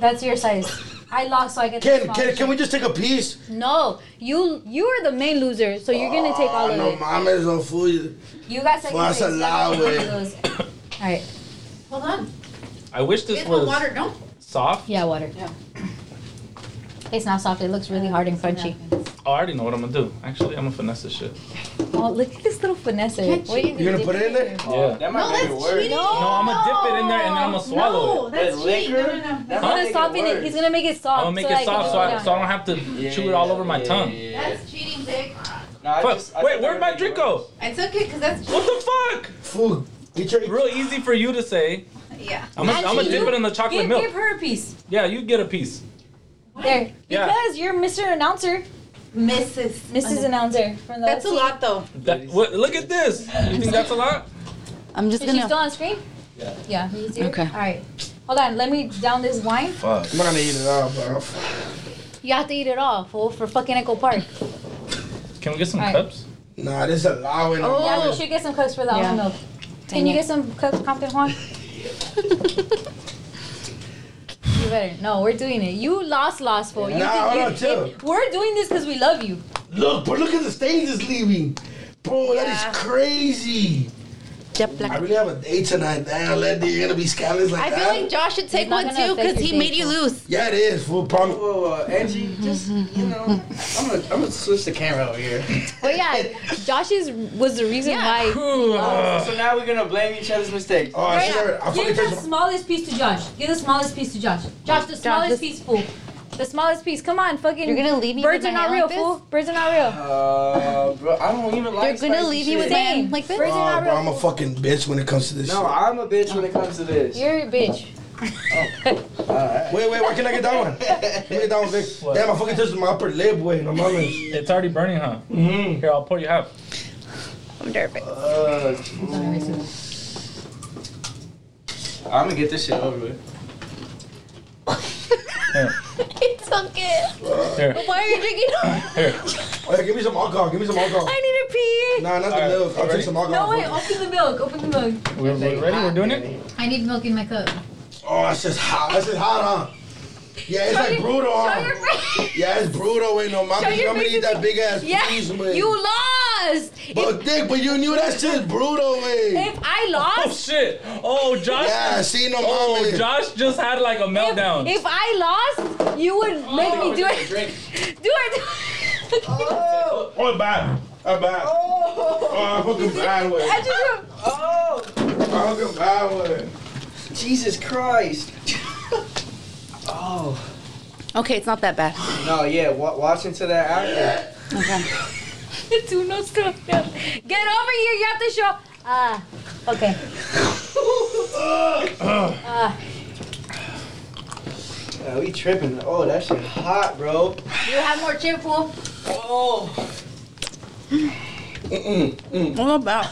S2: That's your size. I lost, so I get. the
S1: Can,
S2: small
S1: can,
S2: shit.
S1: can we just take a piece?
S2: No, you you are the main loser, so you're gonna take all of
S1: Ah, no,
S2: it.
S1: mames, no fool.
S2: You got second
S1: Well, that's
S2: place.
S1: a lie,
S2: Everybody
S1: wey.
S2: goes. All right.
S7: Hold on.
S4: I wish this
S7: Get the
S4: was
S7: water, no?
S4: soft.
S2: Yeah, water.
S7: Yeah.
S2: It's not soft. It looks really hard and crunchy.
S4: Oh, I already know what I'm gonna do. Actually, I'm gonna finesse this shit.
S2: Oh, look at this little finesse. What are you
S1: You're gonna put it in there?
S8: Oh,
S4: Yeah.
S3: That
S7: No,
S3: might make it
S7: that's
S3: worse.
S7: cheating.
S4: No, I'm gonna dip it in there and then I'm gonna swallow
S7: No,
S4: it.
S7: that's
S3: With
S7: cheating.
S3: liquor?
S7: No, no, no.
S3: That
S2: He's
S3: might
S2: gonna
S3: make
S2: soften it.
S3: worse.
S2: He's gonna make it soft.
S4: I'm gonna make
S2: so that
S4: it soft so I,
S2: can
S4: so
S2: go
S4: I don't have to
S3: Yeah,
S4: chew it all
S3: yeah,
S4: over my
S3: yeah,
S4: tongue.
S3: yeah, yeah.
S7: That's cheating, Vic.
S3: No, I
S4: Fuck.
S3: just- I
S4: Wait,
S3: thought
S4: where'd
S3: that
S4: my
S3: would make
S4: drink
S3: it
S4: go?
S3: worse.
S7: It's okay, because that's cheating.
S4: What the fuck?
S1: Fool, get your.
S4: Real easy for you to say.
S7: Yeah.
S4: I'm gonna I'm gonna
S2: Actually,
S4: dip
S2: you
S4: it in the
S2: down.
S4: chocolate
S2: Give, give
S4: milk.
S2: her a piece.
S4: Yeah, you get a piece.
S2: There.
S4: Yeah.
S2: Because you're Mr. Announcer.
S7: Mrs.
S2: Mrs. Announcer. From the
S7: That's a lot, though.
S4: That, what, look at this. You think that's a lot?
S6: I'm just
S2: Is she
S6: gonna.
S2: still on screen?
S3: Yeah.
S2: Yeah. you see her?
S6: Okay.
S2: All right. Hold on. Let me down this wine.
S8: Fuck.
S1: I'm not gonna eat it all, bro.
S2: You have to eat it all, fool, for fucking Echo Park.
S4: Can we get some
S2: All right.
S4: cups?
S1: Nah, this allowing. Oh.
S2: Yeah, we should get some cups for the almond milk. Can you get some cups, Compton Juan? you better. No, we're doing it. You lost, lost, fool. You
S1: Nah,
S2: think
S1: hold
S2: you-
S1: on, chill.
S2: it- We're doing this because we love you.
S1: Look, but look at the stains is leaving. Bro, that
S7: Yeah.
S1: is crazy. I really have a date tonight. Damn, Lenny, you're gonna be scandalous like
S7: I
S1: that.
S7: feel like Josh should take
S2: not
S7: one,
S2: gonna
S7: too,
S2: affect
S7: because
S2: your
S7: he made you
S2: facial.
S7: lose.
S1: yeah, it is. Full prom. Oh,
S3: Whoa, whoa, Angie, just you know, I'm gonna I'm gonna switch the camera over here.
S2: But yeah, Josh's was the reason why.
S3: so now we're gonna blame each other's mistakes. Uh,
S1: Oh, I swear. I fucking
S2: Give the
S1: touched my-
S2: smallest piece to Josh. Give the smallest piece to Josh. Josh, the smallest
S6: this-
S2: piece, fool. The smallest piece. Come on, fucking.
S6: You're gonna leave me
S2: Birds are
S6: with my
S2: not
S6: hand
S2: real,
S6: like
S2: fool. Birds are not real.
S3: Uh, bro, I don't even like.
S6: They're gonna
S3: spicy
S6: leave you with
S3: shit.
S6: my
S2: Same.
S6: hand like this.
S2: Birds are
S1: Oh,
S2: not
S1: bro,
S2: real.
S1: I'm a
S2: fool.
S1: fucking bitch when it comes to this
S3: No,
S1: shit.
S3: I'm a bitch when it comes to this.
S2: You're a bitch.
S1: Wait, wait, why can't I get that one? Let me get that one, Vic. Damn, I fucking touched my upper lip, wait, no mames.
S4: It's already burning, huh? Mm-hmm. Here, I'll pour you half.
S6: I'm nervous.
S3: Mm. Uh, I'm gonna get this shit over with.
S4: Here,
S7: It's okay.
S4: here,
S7: Why are you drinking?
S4: here.
S1: Oh, yeah, give me some alcohol, give me some alcohol.
S2: I need a pee.
S1: Nah, not the
S4: Alright,
S1: milk.
S4: you
S1: I'll
S4: ready?
S1: take some alcohol.
S2: No, wait, open the milk. Open the milk.
S4: We're, we're ready? We're doing it?
S2: I need milk in my cup.
S1: Oh, it's just hot. It's just hot, huh? Yeah, it's like brutal, huh? Yeah, it's brutal. Wait, no, mama,
S2: Show
S1: you
S2: your
S1: want me to eat
S2: face.
S1: that big ass
S2: Yeah,
S1: piece, man.
S2: you lost.
S1: But dick, but you knew that shit's brutal, man.
S2: If I
S4: Oh,
S2: lost,
S4: shit. Oh, Josh.
S1: Yeah, see, no,
S4: Oh,
S1: mama.
S4: Josh just had like a
S2: if,
S4: meltdown.
S2: if I lost, you would
S4: Oh,
S2: make me do it.
S3: Drink.
S2: Do it.
S1: Oh, it's bad. I'm bad. Oh, I fucking bad way.
S2: I just
S3: Oh,
S1: I fucking bad way.
S3: Jesus Christ. oh.
S6: Okay, it's not that bad.
S3: No, yeah, wa- watch into that after.
S2: do no stuff. Get over here. You have to show. Ah, okay. Uh.
S3: Yeah, we tripping. Oh, that shit hot, bro.
S2: You have more cheerful.
S3: Oh.
S6: What about?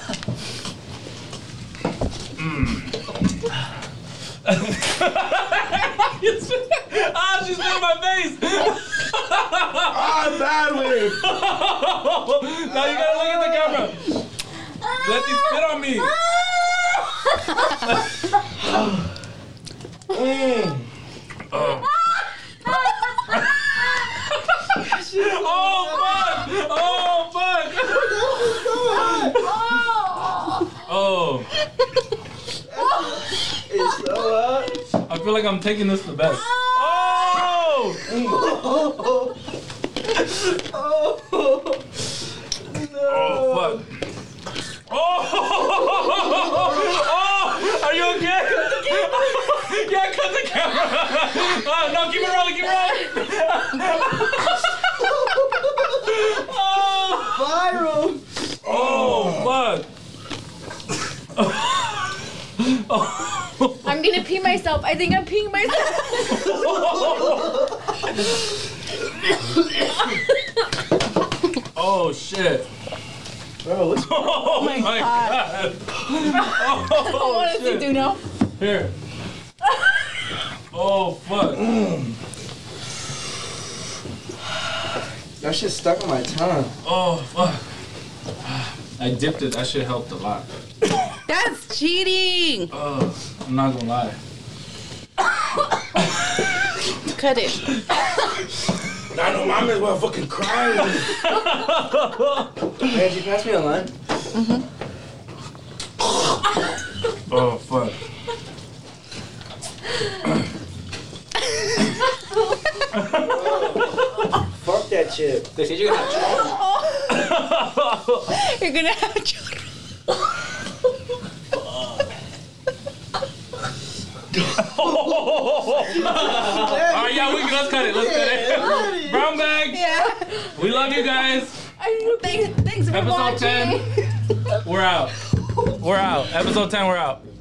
S4: ah, she spit in my face.
S1: I'm bad way.
S4: Oh, now you gotta look at the camera. Let these spit on me. Mm. Oh fuck! Oh fuck! Oh,
S3: It's so hot.
S4: I feel like I'm taking this the best. Oh!
S3: Oh. Oh.
S4: Oh fuck! Oh! oh! Are you okay? yeah, cut the camera. Ah, no, keep it rolling, keep it rolling. oh!
S3: Viral.
S4: Oh fuck! oh.
S2: I'm gonna pee myself. I think I'm peeing myself.
S4: oh shit!
S3: Bro, what's
S4: Oh my, god! Oh,
S6: What does he
S4: shit.
S6: do now?
S4: Here. oh fuck!
S3: that shit stuck on my tongue?
S4: Oh fuck! I dipped it. That shit helped a lot. Oh,
S6: That's cheating.
S4: I'm not gonna lie.
S6: Cut it.
S1: I know my man's well fucking crying.
S3: Hey, did you pass me a line?
S1: oh fuck.
S3: Fuck that shit. They said you're gonna have
S6: You're gonna have children.
S4: All right, yeah, we can, let's cut it. Let's cut it. Brown bag.
S6: Yeah.
S4: We love you guys.
S6: Thanks, thanks for
S4: Episode
S6: watching.
S4: ten. We're out. We're out. Episode ten. We're out.